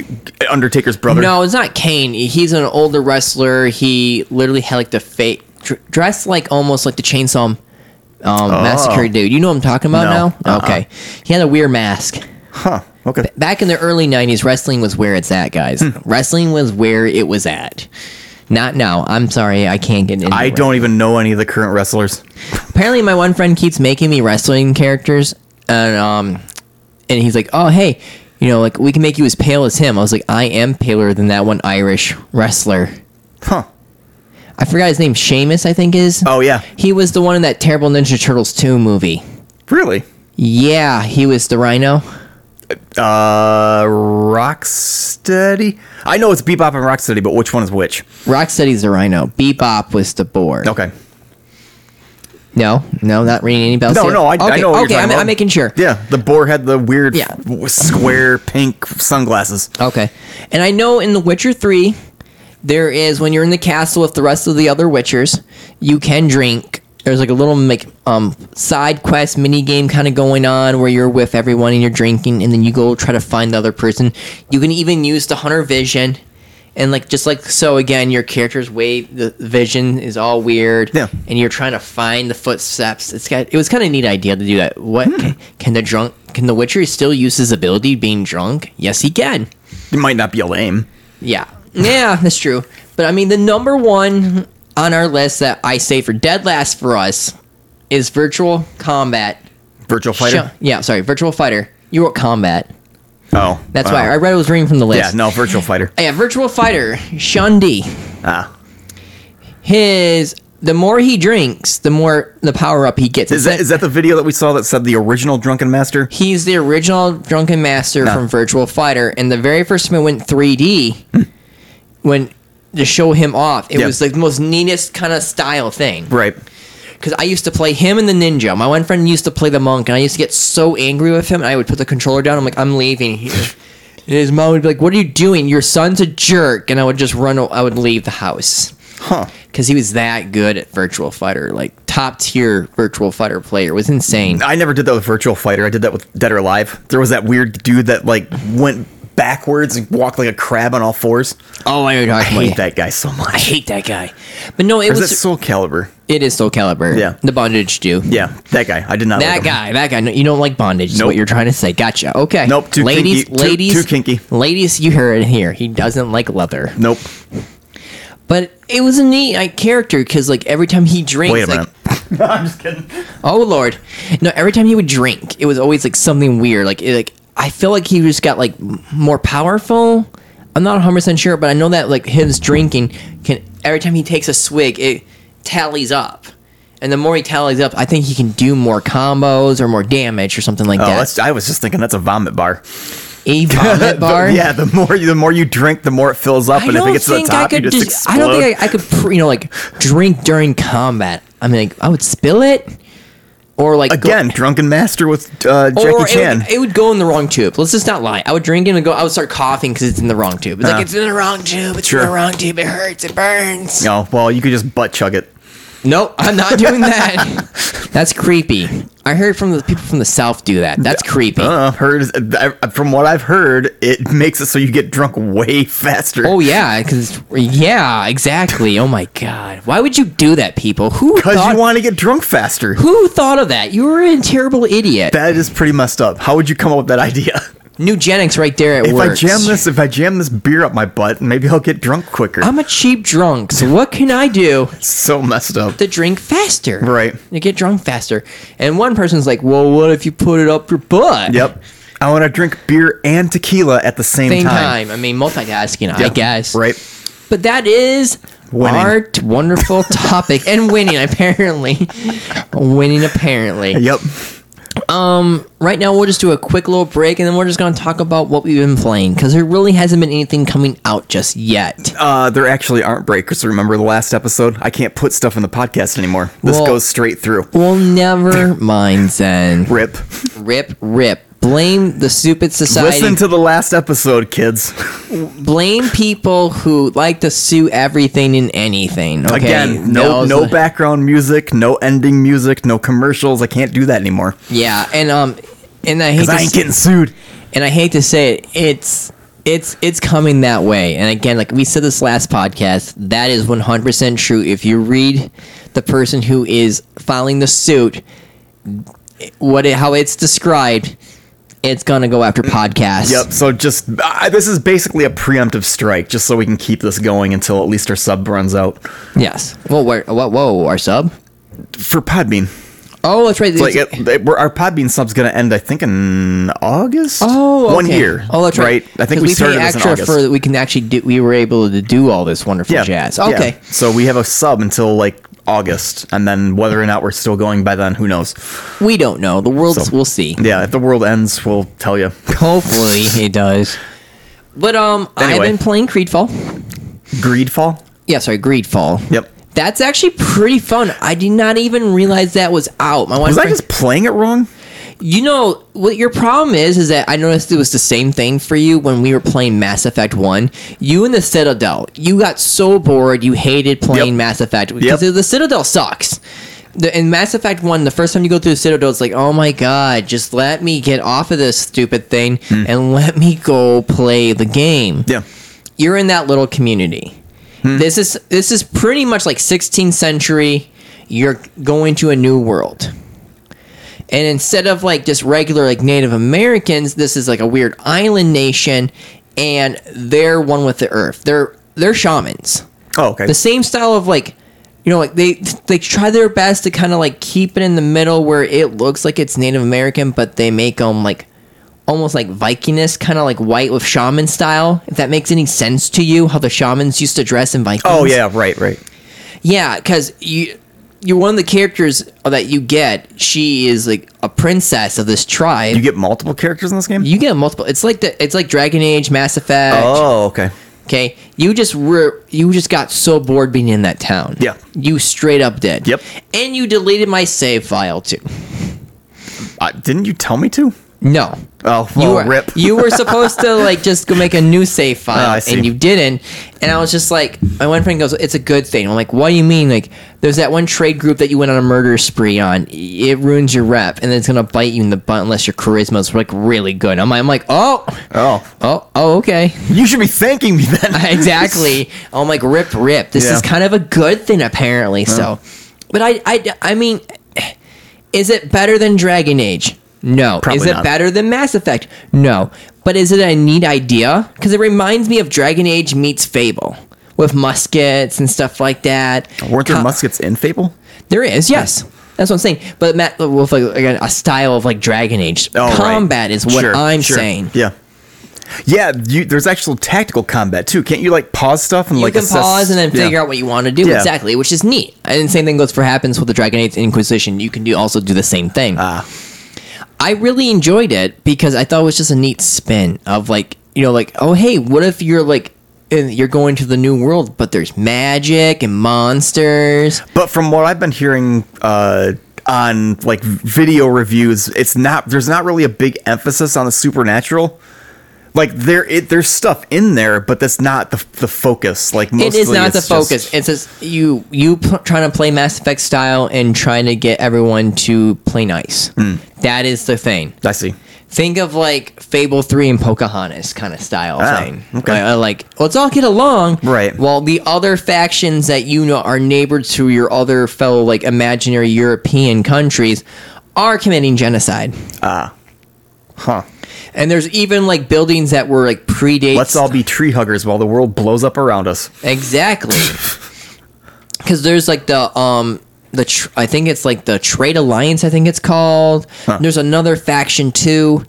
Speaker 1: undertaker's brother
Speaker 2: No, it's not Kane. He's an older wrestler. He literally had like the fake dressed like almost like the chainsaw um, massacre dude. You know what I'm talking about
Speaker 1: Oh. No. Uh-uh.
Speaker 2: now? Okay. He had a weird mask.
Speaker 1: huh okay
Speaker 2: Back in the early 90s, wrestling was where it's at, guys.
Speaker 1: Hmm.
Speaker 2: Wrestling was where it was at. Not now. I'm sorry. I can't get into
Speaker 1: I
Speaker 2: it.
Speaker 1: don't even know any of the current wrestlers.
Speaker 2: Apparently, my one friend keeps making me wrestling characters, and um, and he's like, "Oh, hey, you know, like we can make you as pale as him." I was like, "I am paler than that one Irish wrestler."
Speaker 1: Huh.
Speaker 2: I forgot his name. Seamus, I think is.
Speaker 1: Oh yeah.
Speaker 2: He was the one in that terrible Ninja Turtles two movie.
Speaker 1: Really?
Speaker 2: Yeah, he was the Rhino.
Speaker 1: Uh Rocksteady? I know it's Bebop and Rocksteady, but which one is which?
Speaker 2: Rocksteady's the Rhino. Bebop was the board.
Speaker 1: Okay.
Speaker 2: No, no, not ringing any bells.
Speaker 1: No,
Speaker 2: here.
Speaker 1: no, I,
Speaker 2: okay,
Speaker 1: I know what
Speaker 2: okay,
Speaker 1: you're talking
Speaker 2: I'm,
Speaker 1: about.
Speaker 2: I'm making sure.
Speaker 1: Yeah, the boar had the weird
Speaker 2: Yeah.
Speaker 1: f- square pink sunglasses.
Speaker 2: Okay. And I know in The Witcher 3, there is when you're in the castle with the rest of the other Witchers, you can drink. There's like a little like um side quest mini game kind of going on where you're with everyone and you're drinking and then you go try to find the other person. You can even use the hunter vision and like just like so again your character's way the vision is all weird
Speaker 1: Yeah.
Speaker 2: and you're trying to find the footsteps. It's got it was kind of a neat idea to do that. What can, can the drunk can the Witcher still use his ability being drunk? Yes, he can.
Speaker 1: You might not be able to aim.
Speaker 2: Yeah. Yeah, that's true. But I mean, the number one on our list that I say for dead last for us is Virtual Combat.
Speaker 1: Virtual
Speaker 2: Sho-
Speaker 1: fighter.
Speaker 2: yeah, sorry, Virtual Fighter. You wrote Combat.
Speaker 1: Oh,
Speaker 2: That's
Speaker 1: wow.
Speaker 2: why I read it was reading from the
Speaker 1: Yeah,
Speaker 2: list. Oh,
Speaker 1: no,
Speaker 2: <laughs>
Speaker 1: Virtual Fighter.
Speaker 2: Yeah, virtual fighter Sean D.
Speaker 1: Ah,
Speaker 2: His the more he drinks, the more the power up he gets.
Speaker 1: is that is that the video that we saw that said the original Drunken Master?
Speaker 2: He's the original drunken master
Speaker 1: No.
Speaker 2: from Virtual Fighter, and the very first time it went 3D, when to show him off, it
Speaker 1: Hmm. Yeah.
Speaker 2: was like the most neatest kind of style thing.
Speaker 1: Right.
Speaker 2: Because I used to play him and the ninja. My one friend used to play the monk, and I used to get so angry with him. And I would put the controller down. I'm like, I'm leaving. He-
Speaker 1: <laughs>
Speaker 2: and his mom would be like, What are you doing? Your son's a jerk. And I would just run. o- I would leave the house
Speaker 1: Huh.
Speaker 2: because he was that good at Virtual Fighter, like top tier Virtual Fighter player. It was insane.
Speaker 1: I never did that with Virtual Fighter. I did that with Dead or Alive. There was that weird dude that like went backwards and walked like a crab on all fours.
Speaker 2: Oh, I know you're
Speaker 1: I
Speaker 2: talking
Speaker 1: hate
Speaker 2: about.
Speaker 1: that guy so
Speaker 2: I
Speaker 1: much.
Speaker 2: hate that guy. But no, it
Speaker 1: Or is
Speaker 2: was
Speaker 1: that Soul Calibur?
Speaker 2: it is Soul Calibur.
Speaker 1: Yeah.
Speaker 2: the bondage dude.
Speaker 1: Yeah, that guy. I did not. like
Speaker 2: That
Speaker 1: him.
Speaker 2: guy, that guy. No, you don't like bondage. Is
Speaker 1: Nope.
Speaker 2: what you're trying to say. Gotcha. Okay.
Speaker 1: Nope, too
Speaker 2: ladies,
Speaker 1: kinky- too-
Speaker 2: ladies,
Speaker 1: too kinky.
Speaker 2: Ladies, you heard it here. He doesn't like leather.
Speaker 1: Nope.
Speaker 2: But it was a neat like, character because like every time he drinks,
Speaker 1: Wait a
Speaker 2: like,
Speaker 1: minute. I'm just kidding.
Speaker 2: oh lord, no. Every time he would drink, it was always like something weird. Like it, like I feel like he just got like m- more powerful. I'm not 100 percent sure, but I know that like his drinking can every time he takes a swig, it tallies up. And the more he tallies up, I think he can do more combos or more damage or something like
Speaker 1: Oh,
Speaker 2: that.
Speaker 1: that's, I was just thinking that's a vomit bar. <laughs>
Speaker 2: a vomit
Speaker 1: The-
Speaker 2: bar.
Speaker 1: yeah, the more you, the more you drink, the more it fills up,
Speaker 2: I
Speaker 1: and if
Speaker 2: don't
Speaker 1: it gets to the
Speaker 2: think I
Speaker 1: top, you
Speaker 2: could.
Speaker 1: just
Speaker 2: Just, I
Speaker 1: explode.
Speaker 2: don't think I, I could. pr- You know, like drink during combat. I mean, like, I would spill it, or like go-
Speaker 1: Again, drunken master with uh,
Speaker 2: or
Speaker 1: Jackie
Speaker 2: it
Speaker 1: Chan.
Speaker 2: would, it would go in the wrong tube. Let's just not lie. I would drink it and go. I would start coughing because it's in the wrong tube. It's
Speaker 1: Uh.
Speaker 2: like it's in the wrong tube. It's in
Speaker 1: Sure.
Speaker 2: the wrong tube. It hurts. It burns.
Speaker 1: oh well, you could just butt chug it.
Speaker 2: Nope, I'm not doing that. <laughs> That's creepy. I heard from the people from the south do that. That's creepy.
Speaker 1: Uh, heard I- from what I've heard, it makes it so you get drunk way faster.
Speaker 2: Oh yeah, because yeah, exactly. Oh my god, why would you do that, people?
Speaker 1: <laughs>
Speaker 2: Who
Speaker 1: because
Speaker 2: thought
Speaker 1: you want to get drunk faster.
Speaker 2: Who thought of that? You were a terrible idiot.
Speaker 1: That is pretty messed up. How would you come up with that idea? <laughs>
Speaker 2: Nugenics right there at
Speaker 1: If
Speaker 2: work.
Speaker 1: I jam this, if I jam this beer up my butt, maybe I'll get drunk quicker.
Speaker 2: I'm a cheap drunk, so what can I do
Speaker 1: so messed up.
Speaker 2: to drink faster?
Speaker 1: Right.
Speaker 2: To get drunk faster. And one person's like, well, what if you put it up your butt?
Speaker 1: Yep. I want to drink beer and tequila at the same,
Speaker 2: Same
Speaker 1: time.
Speaker 2: time. I mean, multitasking, I
Speaker 1: Yep.
Speaker 2: guess.
Speaker 1: Right.
Speaker 2: But that is
Speaker 1: Winning.
Speaker 2: our t-
Speaker 1: <laughs>
Speaker 2: wonderful topic. and winning, apparently. winning, apparently.
Speaker 1: Yep.
Speaker 2: right now we'll just do a quick little break and then we're just going to talk about what we've been playing because there really hasn't been anything coming out just yet
Speaker 1: Uh, there actually aren't breakers. Remember the last episode? I can't put stuff in the podcast anymore. This
Speaker 2: Well-
Speaker 1: goes straight through.
Speaker 2: well never mind then
Speaker 1: Rip.
Speaker 2: rip rip blame the stupid society
Speaker 1: Listen to the last episode, kids.
Speaker 2: blame people who like to sue everything and anything okay?
Speaker 1: Again, no
Speaker 2: Those-
Speaker 1: no background music, no ending music, no commercials. I can't do that anymore.
Speaker 2: yeah and um and i hate
Speaker 1: Because
Speaker 2: to
Speaker 1: I ain't
Speaker 2: s-
Speaker 1: getting sued.
Speaker 2: and I hate to say it, it's it's it's coming that way. And again, like we said this last podcast, that is 100% true. If you read the person who is filing the suit, what it, how it's described, it's gonna go after podcasts.
Speaker 1: Mm, Yep. So just uh, this is basically a preemptive strike, just so we can keep this going until at least our sub runs out
Speaker 2: Yes. Well, where, whoa, whoa, our sub.
Speaker 1: for Podbean.
Speaker 2: Oh, that's right. It's-
Speaker 1: Like it, it, we're, our Podbean sub's going to end, I think, in August.
Speaker 2: Oh,
Speaker 1: one
Speaker 2: okay.
Speaker 1: year.
Speaker 2: Oh, that's right.
Speaker 1: I think we,
Speaker 2: 'Cause pay
Speaker 1: started this in
Speaker 2: extra
Speaker 1: August.
Speaker 2: for we can actually do. We were able to do all this wonderful jazz.
Speaker 1: yeah.
Speaker 2: Okay.
Speaker 1: So we have a sub until like August, and then whether or not we're still going by then, who knows?
Speaker 2: We don't know. The world's.
Speaker 1: So-
Speaker 2: we'll see.
Speaker 1: Yeah. If the world ends, we'll tell you.
Speaker 2: Hopefully it does. But um,
Speaker 1: Anyway.
Speaker 2: I've been playing Creedfall.
Speaker 1: <laughs> Greedfall.
Speaker 2: Yeah, sorry, Greedfall.
Speaker 1: Yep.
Speaker 2: That's actually pretty fun. I did not even realize that was out. My one
Speaker 1: Was I
Speaker 2: friend-
Speaker 1: just playing it wrong?
Speaker 2: you know what your problem is is that I noticed it was the same thing for you when we were playing Mass Effect One. You and the Citadel, you got so bored, you hated playing
Speaker 1: Yep.
Speaker 2: Mass Effect
Speaker 1: Yep.
Speaker 2: because the Citadel sucks. The, in Mass Effect One, the first time you go through the Citadel, it's like, oh my god, just let me get off of this stupid thing
Speaker 1: Hmm.
Speaker 2: and let me go play the game
Speaker 1: Yeah.
Speaker 2: you're in that little community. This is this is pretty much like 16th century. You're going to a new world. And instead of like just regular like Native Americans, this is like a weird island nation and they're one with the earth. They're they're shamans.
Speaker 1: Oh, okay.
Speaker 2: The same style of like you know like they they try their best to kind of like keep it in the middle where it looks like it's Native American but they make them like almost like Vikingness, kind of like white with shaman style. If that makes any sense to you, how the shamans used to dress in Vikings.
Speaker 1: Oh yeah, right, right.
Speaker 2: Yeah, because you you're one of the characters that you get. She is like a princess of this tribe.
Speaker 1: You
Speaker 2: You get,
Speaker 1: get multiple characters in this game.
Speaker 2: multiple. It's like the it's like Dragon Age, Mass Effect.
Speaker 1: oh, okay.
Speaker 2: Okay, you just were you just got so bored being in that town.
Speaker 1: Yeah.
Speaker 2: you straight up did.
Speaker 1: Yep.
Speaker 2: and you deleted my save file too.
Speaker 1: Uh, didn't you tell me to?
Speaker 2: No.
Speaker 1: Oh,
Speaker 2: you
Speaker 1: well,
Speaker 2: were,
Speaker 1: rip.
Speaker 2: <laughs> you were supposed to like just go make a
Speaker 1: <laughs>
Speaker 2: new save
Speaker 1: Oh,
Speaker 2: file
Speaker 1: I see.
Speaker 2: and you didn't. And I was just like, my one friend goes, "It's a good thing." I'm like, "What do you mean?" Like, there's that one trade group that you went on a murder spree on. It ruins your rep, and then it's gonna bite you in the butt unless your charisma is like really good. I'm like, I'm like, oh,
Speaker 1: Oh,
Speaker 2: oh, oh, okay,
Speaker 1: you should be thanking me then.
Speaker 2: <laughs> exactly. I'm like, rip, rip. This
Speaker 1: Yeah.
Speaker 2: is kind of a good thing apparently. So, but I, I, I mean, is it better than Dragon Age? No. is
Speaker 1: Probably
Speaker 2: it
Speaker 1: not.
Speaker 2: better than Mass Effect? No. But is it a neat idea? Because it reminds me of Dragon Age meets Fable with muskets and stuff like that.
Speaker 1: Weren't there
Speaker 2: How-
Speaker 1: muskets in Fable?
Speaker 2: There is, yes. That's what I'm saying. But Matt, with like again, a style of like Dragon Age
Speaker 1: Oh, right.
Speaker 2: combat is what
Speaker 1: Sure,
Speaker 2: I'm
Speaker 1: sure.
Speaker 2: saying.
Speaker 1: Yeah. Yeah, you, there's actual tactical combat too. Can't you like pause stuff and
Speaker 2: you
Speaker 1: like
Speaker 2: can
Speaker 1: assess-
Speaker 2: pause and then
Speaker 1: yeah.
Speaker 2: figure out what you want to do
Speaker 1: Yeah.
Speaker 2: exactly, which is neat. And same thing goes for happens with the Dragon Age Inquisition. You can do also do the same thing.
Speaker 1: Ah.
Speaker 2: I really enjoyed it because I thought it was just a neat spin of like you know like oh hey what if you're like in- you're going to the new world but there's magic and monsters.
Speaker 1: But from what I've been hearing uh, on like video reviews, it's not there's not really a big emphasis on the supernatural. Like there, it, there's stuff in there, but that's not the, the focus. Like mostly
Speaker 2: it is not
Speaker 1: it's
Speaker 2: the
Speaker 1: just-
Speaker 2: focus. It's just you you pl- trying to play Mass Effect style and trying to get everyone to play nice.
Speaker 1: Hmm.
Speaker 2: That is the thing.
Speaker 1: I see.
Speaker 2: Think of like Fable three and Pocahontas kind of style
Speaker 1: Oh,
Speaker 2: thing.
Speaker 1: okay.
Speaker 2: Like, uh, like, let's all get along,
Speaker 1: Right.
Speaker 2: While the other factions that you know are neighbors to your other fellow like imaginary European countries are committing genocide,
Speaker 1: Huh.
Speaker 2: and there's even like buildings that were like predate.
Speaker 1: Let's all be tree huggers while the world blows up around us.
Speaker 2: exactly because there's like the um the tr- I think it's like the Trade Alliance I think it's called. There's another faction too,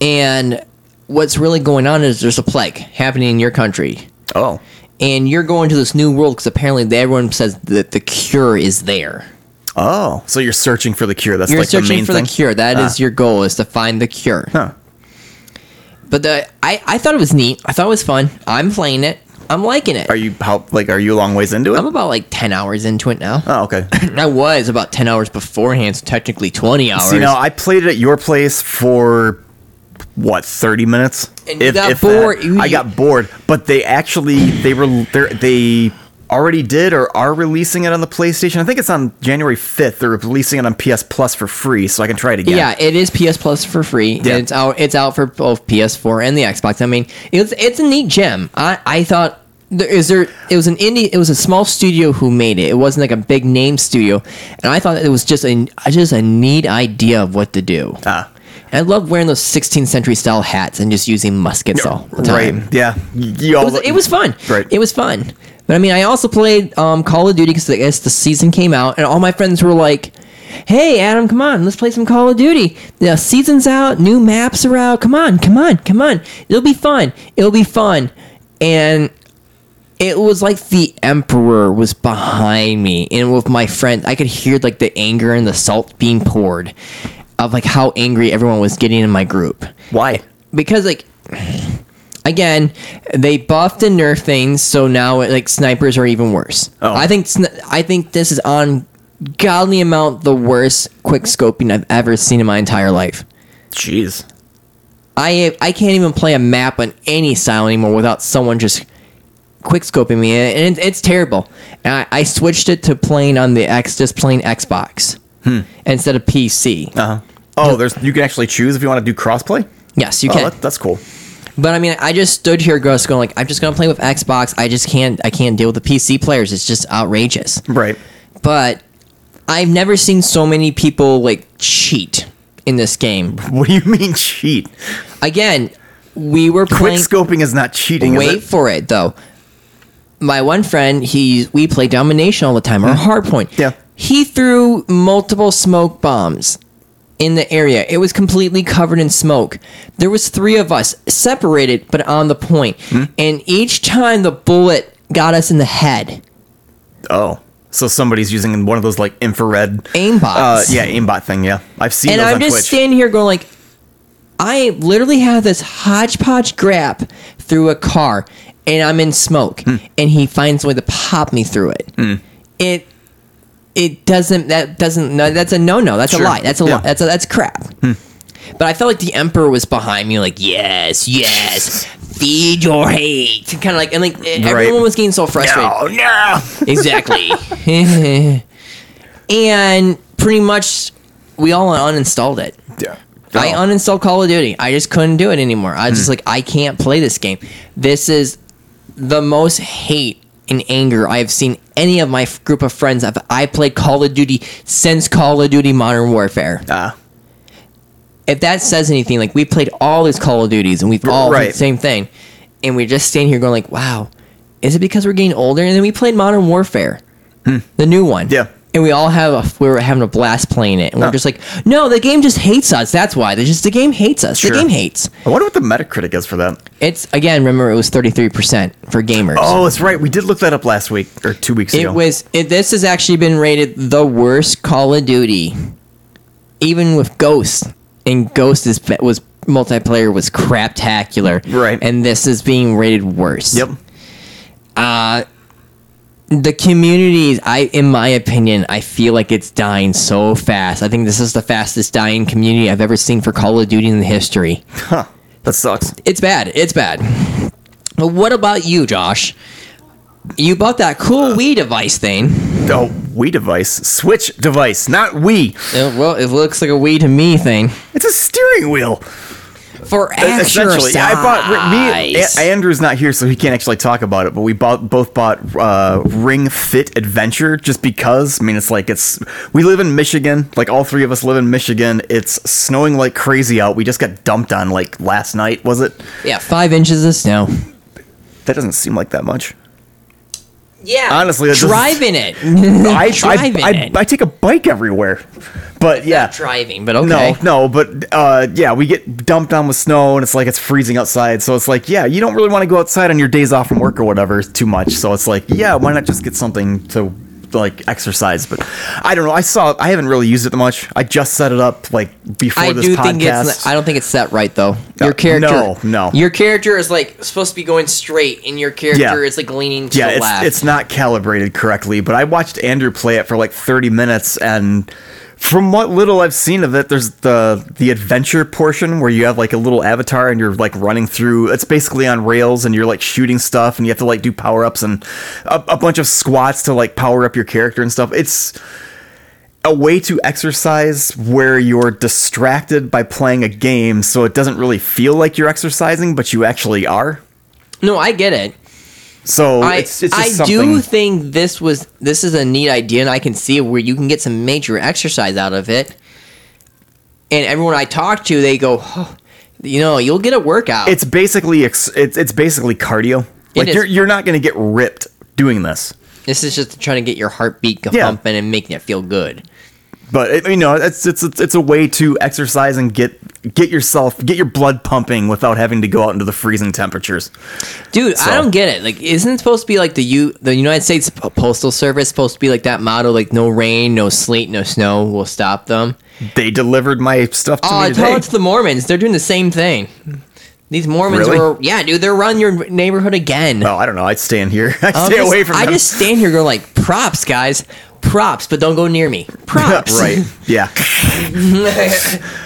Speaker 2: and what's really going on is there's a plague happening in your country,
Speaker 1: Oh.
Speaker 2: and you're going to this new world because apparently they- everyone says that the cure is there.
Speaker 1: Oh. So you're searching for the cure. That's
Speaker 2: You're
Speaker 1: like the
Speaker 2: searching
Speaker 1: main
Speaker 2: for
Speaker 1: thing. Ah.
Speaker 2: the cure. That is your goal is to find the cure.
Speaker 1: Huh.
Speaker 2: But the I I thought it was neat. I thought it was fun. I'm playing it. I'm liking it.
Speaker 1: Are you how like are you a long ways into it?
Speaker 2: I'm about like ten hours into it now.
Speaker 1: oh,
Speaker 2: <laughs>
Speaker 1: okay.
Speaker 2: I was about 10 hours beforehand, so technically 20 hours.
Speaker 1: See, now I played it at your place for what thirty minutes.
Speaker 2: And you got bored. You-
Speaker 1: I got bored, but they actually they were they're- they already did or are releasing it on the PlayStation. I think it's on January fifth. They're releasing it on PS Plus for free, so I can try it again.
Speaker 2: yeah, it is PS Plus for free. and
Speaker 1: Yeah.
Speaker 2: It's out it's out for both PS4 and the Xbox. I mean, it's it's a neat gem. I I thought there, is there it was an indie it was a small studio who made it. It wasn't like a big name studio. And I thought it was just a just a neat idea of what to do.
Speaker 1: Ah.
Speaker 2: And I love wearing those 16th century style hats and just using muskets all the time.
Speaker 1: Right. Yeah. You- you all-
Speaker 2: it was, it was fun.
Speaker 1: Right.
Speaker 2: It was fun. But I mean, I also played um, Call of Duty because I guess the season came out, and all my friends were like, "Hey, Adam, come on, let's play some Call of Duty. The season's out, new maps are out. Come on, come on, come on. It'll be fun. It'll be fun." And it was like the emperor was behind me, and with my friend, I could hear like the anger and the salt being poured of like how angry everyone was getting in my group
Speaker 1: Why?
Speaker 2: because like again they buffed and nerfed things so now like snipers are even worse
Speaker 1: Oh.
Speaker 2: i think sni- i think this is on godly amount the worst quick scoping i've ever seen in my entire life
Speaker 1: Jeez.
Speaker 2: i i can't even play a map on any style anymore without someone just quick scoping me and it, it's terrible and I, I switched it to playing on the x just playing xbox instead of pc
Speaker 1: Hmm. Uh huh. Oh, there's you can actually choose if you want to do crossplay.
Speaker 2: yes you
Speaker 1: Oh,
Speaker 2: can
Speaker 1: that, that's cool.
Speaker 2: But I mean, I just stood here, gross, going like, I'm just gonna play with Xbox. I just can't, I can't deal with the PC players. It's just outrageous.
Speaker 1: Right. <laughs>
Speaker 2: But I've never seen so many people like cheat in this game.
Speaker 1: What do you mean cheat?
Speaker 2: Again, we were
Speaker 1: Quick
Speaker 2: playing.
Speaker 1: scoping is not cheating. is
Speaker 2: Wait
Speaker 1: it?
Speaker 2: for it though. My one friend, he we play domination all the time or hardpoint.
Speaker 1: Yeah.
Speaker 2: He threw multiple smoke bombs. in the area. It was completely covered in smoke. There was three of us separated but on the point. And each time the bullet got us in the head.
Speaker 1: Oh, so somebody's using one of those like infrared Uh,
Speaker 2: Aimbots.
Speaker 1: yeah, aimbot thing. Yeah, I've seen
Speaker 2: and
Speaker 1: those
Speaker 2: I'm
Speaker 1: on
Speaker 2: just
Speaker 1: Twitch.
Speaker 2: standing here going like, I literally have this hodgepodge grab through a car, and I'm in smoke,
Speaker 1: Hmm.
Speaker 2: and he finds a way to pop me through it. It it doesn't that doesn't no that's a no no that's
Speaker 1: Sure.
Speaker 2: a lie that's a
Speaker 1: Yeah. Hmm.
Speaker 2: lie that's a, that's crap. But I felt like the emperor was behind me, like yes, yes, feed your hate, kind of like and like everyone was getting so frustrated
Speaker 1: no, no.
Speaker 2: <laughs> exactly. <laughs> and pretty much we all uninstalled it.
Speaker 1: Yeah.
Speaker 2: <laughs> I
Speaker 1: Oh.
Speaker 2: uninstalled Call of Duty. I just couldn't do it anymore. I was just like, I can't play this game. This is the most hate and anger I've seen any of my f- group of friends. I've, I played Call of Duty since Call of Duty Modern Warfare.
Speaker 1: Ah.
Speaker 2: If that says anything, like we played all these Call of Duties and we've all played
Speaker 1: Right.
Speaker 2: the same thing, and we're just standing here going like, wow, is it because we're getting older? And then we played Modern Warfare, the new one.
Speaker 1: Hmm. Yeah.
Speaker 2: And we all have a, we were having a blast playing it, and we're
Speaker 1: Huh.
Speaker 2: just like, no, the game just hates us. That's why. They just the game hates us.
Speaker 1: Sure.
Speaker 2: The game hates.
Speaker 1: I wonder what the Metacritic is for that.
Speaker 2: It's again, remember it was thirty three percent for gamers.
Speaker 1: Oh, that's right. We did look that up last week or two weeks
Speaker 2: it
Speaker 1: ago.
Speaker 2: was. It, this has actually been rated the worst Call of Duty, even with Ghost. And Ghost is be- was multiplayer was craptacular.
Speaker 1: Right.
Speaker 2: And this is being rated worse.
Speaker 1: Yep.
Speaker 2: the communities i in my opinion i feel like it's dying so fast i think this is the fastest dying community i've ever seen for call of duty in the history
Speaker 1: Huh. That sucks.
Speaker 2: it's bad it's bad but what about you josh you bought that cool wii device thing
Speaker 1: Oh, Wii device, Switch device, not Wii.
Speaker 2: it, well it looks like a wii to me thing
Speaker 1: It's a steering wheel.
Speaker 2: for
Speaker 1: E-, Essentially,
Speaker 2: exercise
Speaker 1: yeah, I bought me. A- Andrew's not here, so he can't actually talk about it. But we bought, both bought uh, Ring Fit Adventure just because. I mean, it's like it's we live in Michigan. Like all three of us live in Michigan. It's snowing like crazy out. We just got dumped on like last night. Was it?
Speaker 2: yeah five inches of snow
Speaker 1: That doesn't seem like that much.
Speaker 2: yeah
Speaker 1: Honestly, that doesn't-
Speaker 2: driving it
Speaker 1: Uh, <laughs> I,
Speaker 2: driving
Speaker 1: I, I,
Speaker 2: it
Speaker 1: I take a bike everywhere. But yeah,
Speaker 2: driving but okay
Speaker 1: No, no, but uh, yeah, we get dumped on with snow, and it's like it's freezing outside. So it's like, yeah, you don't really want to go outside on your days off from work or whatever too much. So it's like, yeah, why not just get something to like exercise? But I don't know. I saw. I haven't really used it that much. I just set it up like before
Speaker 2: I
Speaker 1: this
Speaker 2: do
Speaker 1: podcast.
Speaker 2: think it's. I don't think it's set right though. Your
Speaker 1: Uh,
Speaker 2: character.
Speaker 1: no, no.
Speaker 2: Your character is like supposed to be going straight, and your character
Speaker 1: Yeah.
Speaker 2: is like leaning to
Speaker 1: yeah,
Speaker 2: the
Speaker 1: it's,
Speaker 2: left.
Speaker 1: it's not calibrated correctly, but I watched Andrew play it for like 30 minutes and from what little I've seen of it, there's the the adventure portion where you have like a little avatar and you're like running through. It's basically on rails and you're like shooting stuff and you have to like do power ups and a, a bunch of squats to like power up your character and stuff. It's a way to exercise where you're distracted by playing a game, so it doesn't really feel like you're exercising, but you actually are.
Speaker 2: no, I get it.
Speaker 1: So
Speaker 2: I
Speaker 1: it's, it's
Speaker 2: I
Speaker 1: just something.
Speaker 2: do think this was this is a neat idea, and I can see where you can get some major exercise out of it. And everyone I talk to, they go, "Huh, you know, you'll get a workout.
Speaker 1: it's basically ex- it's it's basically cardio. Like
Speaker 2: is.
Speaker 1: you're you're not going to get ripped doing this.
Speaker 2: this is just trying to get your heartbeat
Speaker 1: Yeah.
Speaker 2: pumping and making it feel good.
Speaker 1: But it, you know, it's it's it's it's a way to exercise and get get yourself get your blood pumping without having to go out into the freezing temperatures.
Speaker 2: Dude,
Speaker 1: So-
Speaker 2: I don't get it. Like, isn't it supposed to be like the U, the United States P- Postal Service supposed to be like that motto, like no rain, no sleet, no snow will stop them?
Speaker 1: They delivered my stuff to
Speaker 2: Oh,
Speaker 1: me
Speaker 2: tell
Speaker 1: today.
Speaker 2: it to the Mormons. They're doing the same thing. These Mormons
Speaker 1: Really?
Speaker 2: were, yeah, dude, they're around your neighborhood again.
Speaker 1: oh, I don't know. I'd stand here. <laughs> I
Speaker 2: I'll
Speaker 1: stay
Speaker 2: just-
Speaker 1: away from.
Speaker 2: Oh, I
Speaker 1: them. <laughs>
Speaker 2: just stand here, go like props, guys, props, but don't go near me.
Speaker 1: <laughs>
Speaker 2: Props,
Speaker 1: right. Yeah.
Speaker 2: <laughs>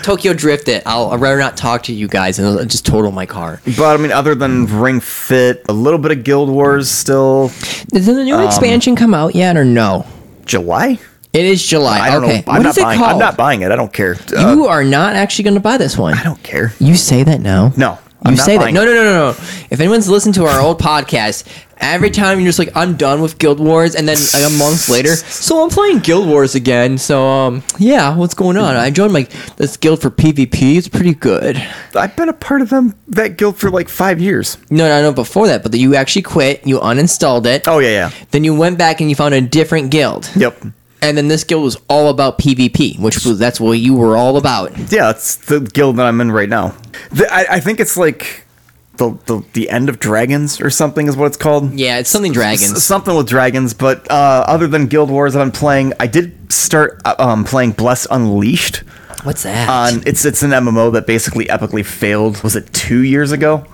Speaker 2: Tokyo drift it. I'll I'd rather not talk to you guys and I'll just total my car.
Speaker 1: But I mean, other than Ring Fit, a little bit of Guild Wars still.
Speaker 2: Did the
Speaker 1: Um,
Speaker 2: new expansion come out yet or no?
Speaker 1: July.
Speaker 2: It is July.
Speaker 1: I don't
Speaker 2: okay.
Speaker 1: know. I'm
Speaker 2: What
Speaker 1: not
Speaker 2: is it
Speaker 1: buying.
Speaker 2: called?
Speaker 1: I'm not buying it. I don't care. Uh,
Speaker 2: You are not actually going to buy this one.
Speaker 1: I don't care.
Speaker 2: You say that now.
Speaker 1: No,
Speaker 2: You
Speaker 1: I'm not
Speaker 2: say that.
Speaker 1: buying
Speaker 2: No,
Speaker 1: it.
Speaker 2: no, no, no, no. If anyone's listened to our old podcast, every time you're just like, I'm done with Guild Wars, and then like a month later, so I'm playing Guild Wars again. So, um, yeah, what's going on? I joined my this guild for PvP. It's pretty good.
Speaker 1: I've been a part of them that guild for like five years.
Speaker 2: No, no, no. Before that, but you actually quit. You uninstalled it.
Speaker 1: Oh yeah, yeah.
Speaker 2: Then you went back and you found a different guild.
Speaker 1: Yep.
Speaker 2: And then this guild was all about PvP, which was that's what you were all about.
Speaker 1: Yeah, it's the guild that I'm in right now. The, I, I think it's like the, the the end of dragons or something is what it's called.
Speaker 2: Yeah, it's something
Speaker 1: S-
Speaker 2: <laughs> dragons.
Speaker 1: something with dragons, but uh, other than Guild Wars, I've been playing. I did start uh, um, playing Bless Unleashed.
Speaker 2: What's that?
Speaker 1: On it's it's an MMO that basically epically failed. Was it two years ago?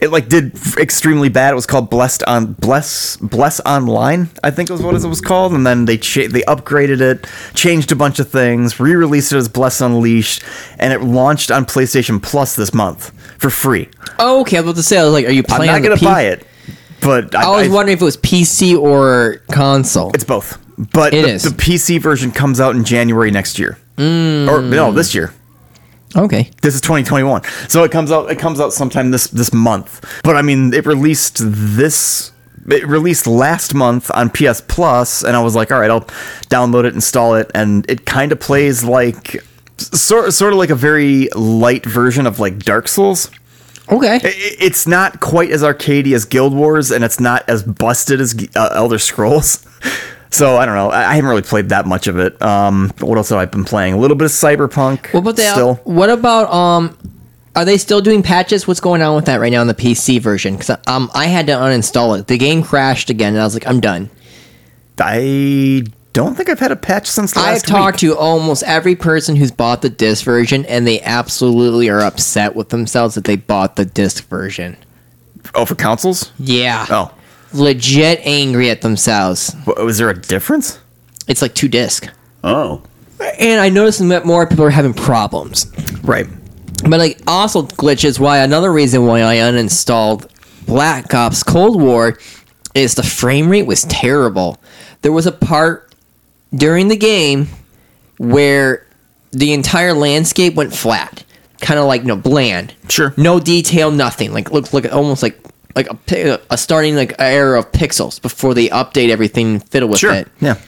Speaker 1: It like did f- extremely bad. It was called Blessed on Bless Bless Online, I think was what it was called, and then they cha- they upgraded it, changed a bunch of things, re-released it as Bless Unleashed, and it launched on PlayStation Plus this month for free.
Speaker 2: oh, okay, I was about to say, I was like, are you
Speaker 1: I'm
Speaker 2: playing?
Speaker 1: not
Speaker 2: on the
Speaker 1: gonna
Speaker 2: P-
Speaker 1: buy it, but
Speaker 2: I was wondering if it was PC or console.
Speaker 1: It's both, but
Speaker 2: It
Speaker 1: the,
Speaker 2: is.
Speaker 1: the PC version comes out in January next year,
Speaker 2: Hmm.
Speaker 1: or no, this year.
Speaker 2: okay.
Speaker 1: This is 2021, so it comes out. It comes out sometime this this month. But I mean, it released this. It released last month on PS Plus, and I was like, all right, I'll download it, install it, and it kind of plays like sort sort of like a very light version of like Dark Souls.
Speaker 2: Okay.
Speaker 1: I- i- It's not quite as arcadey as Guild Wars, and it's not as busted as uh, Elder Scrolls. <laughs> So I don't know. I I haven't really played that much of it. Um, what else have I been playing? A little bit of Cyberpunk.
Speaker 2: what about the uh,
Speaker 1: still?
Speaker 2: What about um? Are they still doing patches? What's going on with that right now in the PC version? Because um, I had to uninstall it. The game crashed again, and I was like, I'm done.
Speaker 1: I don't think I've had a patch since last
Speaker 2: I've talked to almost every person who's bought the disc version, and they absolutely are upset with themselves that they bought the disc version.
Speaker 1: week. Oh, for consoles?
Speaker 2: Yeah.
Speaker 1: Oh,
Speaker 2: Legit angry at themselves.
Speaker 1: W- was there a difference?
Speaker 2: It's like two disc.
Speaker 4: Oh.
Speaker 2: And I noticed that more people are having problems.
Speaker 1: Right.
Speaker 2: But like also glitches why another reason why I uninstalled Black Ops Cold War is the frame rate was terrible. There was a part during the game where the entire landscape went flat, kind of like no bland.
Speaker 1: Sure.
Speaker 2: No detail, nothing. Like look look almost like like a, pi- a starting like era of pixels before they update everything and fiddle with
Speaker 1: Sure.
Speaker 2: it.
Speaker 1: Yeah.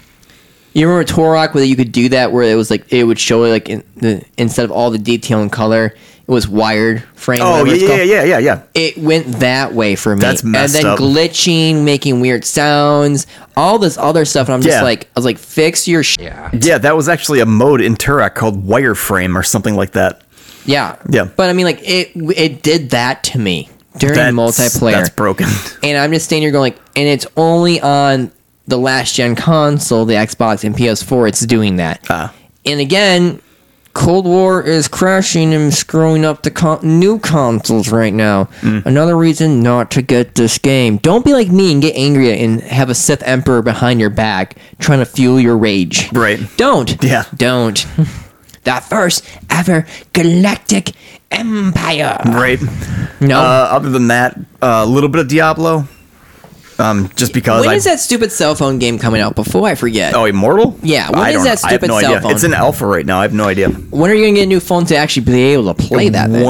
Speaker 2: You remember Torok where you could do that where it was like it would show like in the instead of all the detail and color, it was wired frame.
Speaker 1: Oh,
Speaker 2: whatever
Speaker 1: yeah,
Speaker 2: it's
Speaker 1: yeah,
Speaker 2: called.
Speaker 1: yeah, yeah, yeah.
Speaker 2: It went that way for me.
Speaker 1: That's messed
Speaker 2: And then
Speaker 1: up.
Speaker 2: glitching, making weird sounds, all this other stuff, and I'm just
Speaker 1: Yeah.
Speaker 2: like, I was like, fix your shit. Yeah.
Speaker 1: Yeah, that was actually a mode in Turok called Wireframe or something like that.
Speaker 2: yeah,
Speaker 1: Yeah.
Speaker 2: But I mean, like it, it did that to me during
Speaker 1: That's,
Speaker 2: multiplayer.
Speaker 1: That's broken. <laughs>
Speaker 2: and I'm just standing here going, like, and it's only on the last gen console, the Xbox and PS4, it's doing that.
Speaker 1: Ah.
Speaker 2: And again, Cold War is crashing and screwing up the con- new consoles right now.
Speaker 1: Mm.
Speaker 2: Another reason not to get this game. Don't be like me and get angry and have a Sith Emperor behind your back trying to fuel your rage.
Speaker 1: Right.
Speaker 2: Don't.
Speaker 1: Yeah.
Speaker 2: Don't. <laughs> the first ever galactic empire.
Speaker 1: right.
Speaker 2: No.
Speaker 1: Uh, other than that, a little bit of Diablo. Um, just because.
Speaker 2: When
Speaker 1: I,
Speaker 2: is that stupid cell phone game coming out? Before I forget.
Speaker 1: Oh, Immortal?
Speaker 2: Yeah, when
Speaker 1: I
Speaker 2: is
Speaker 1: don't know.
Speaker 2: that
Speaker 1: I have
Speaker 2: stupid
Speaker 1: no
Speaker 2: cell
Speaker 1: idea.
Speaker 2: phone?
Speaker 1: It's in alpha right now. I have no idea.
Speaker 2: When are you gonna get a new phone to actually be able to play that? Thing?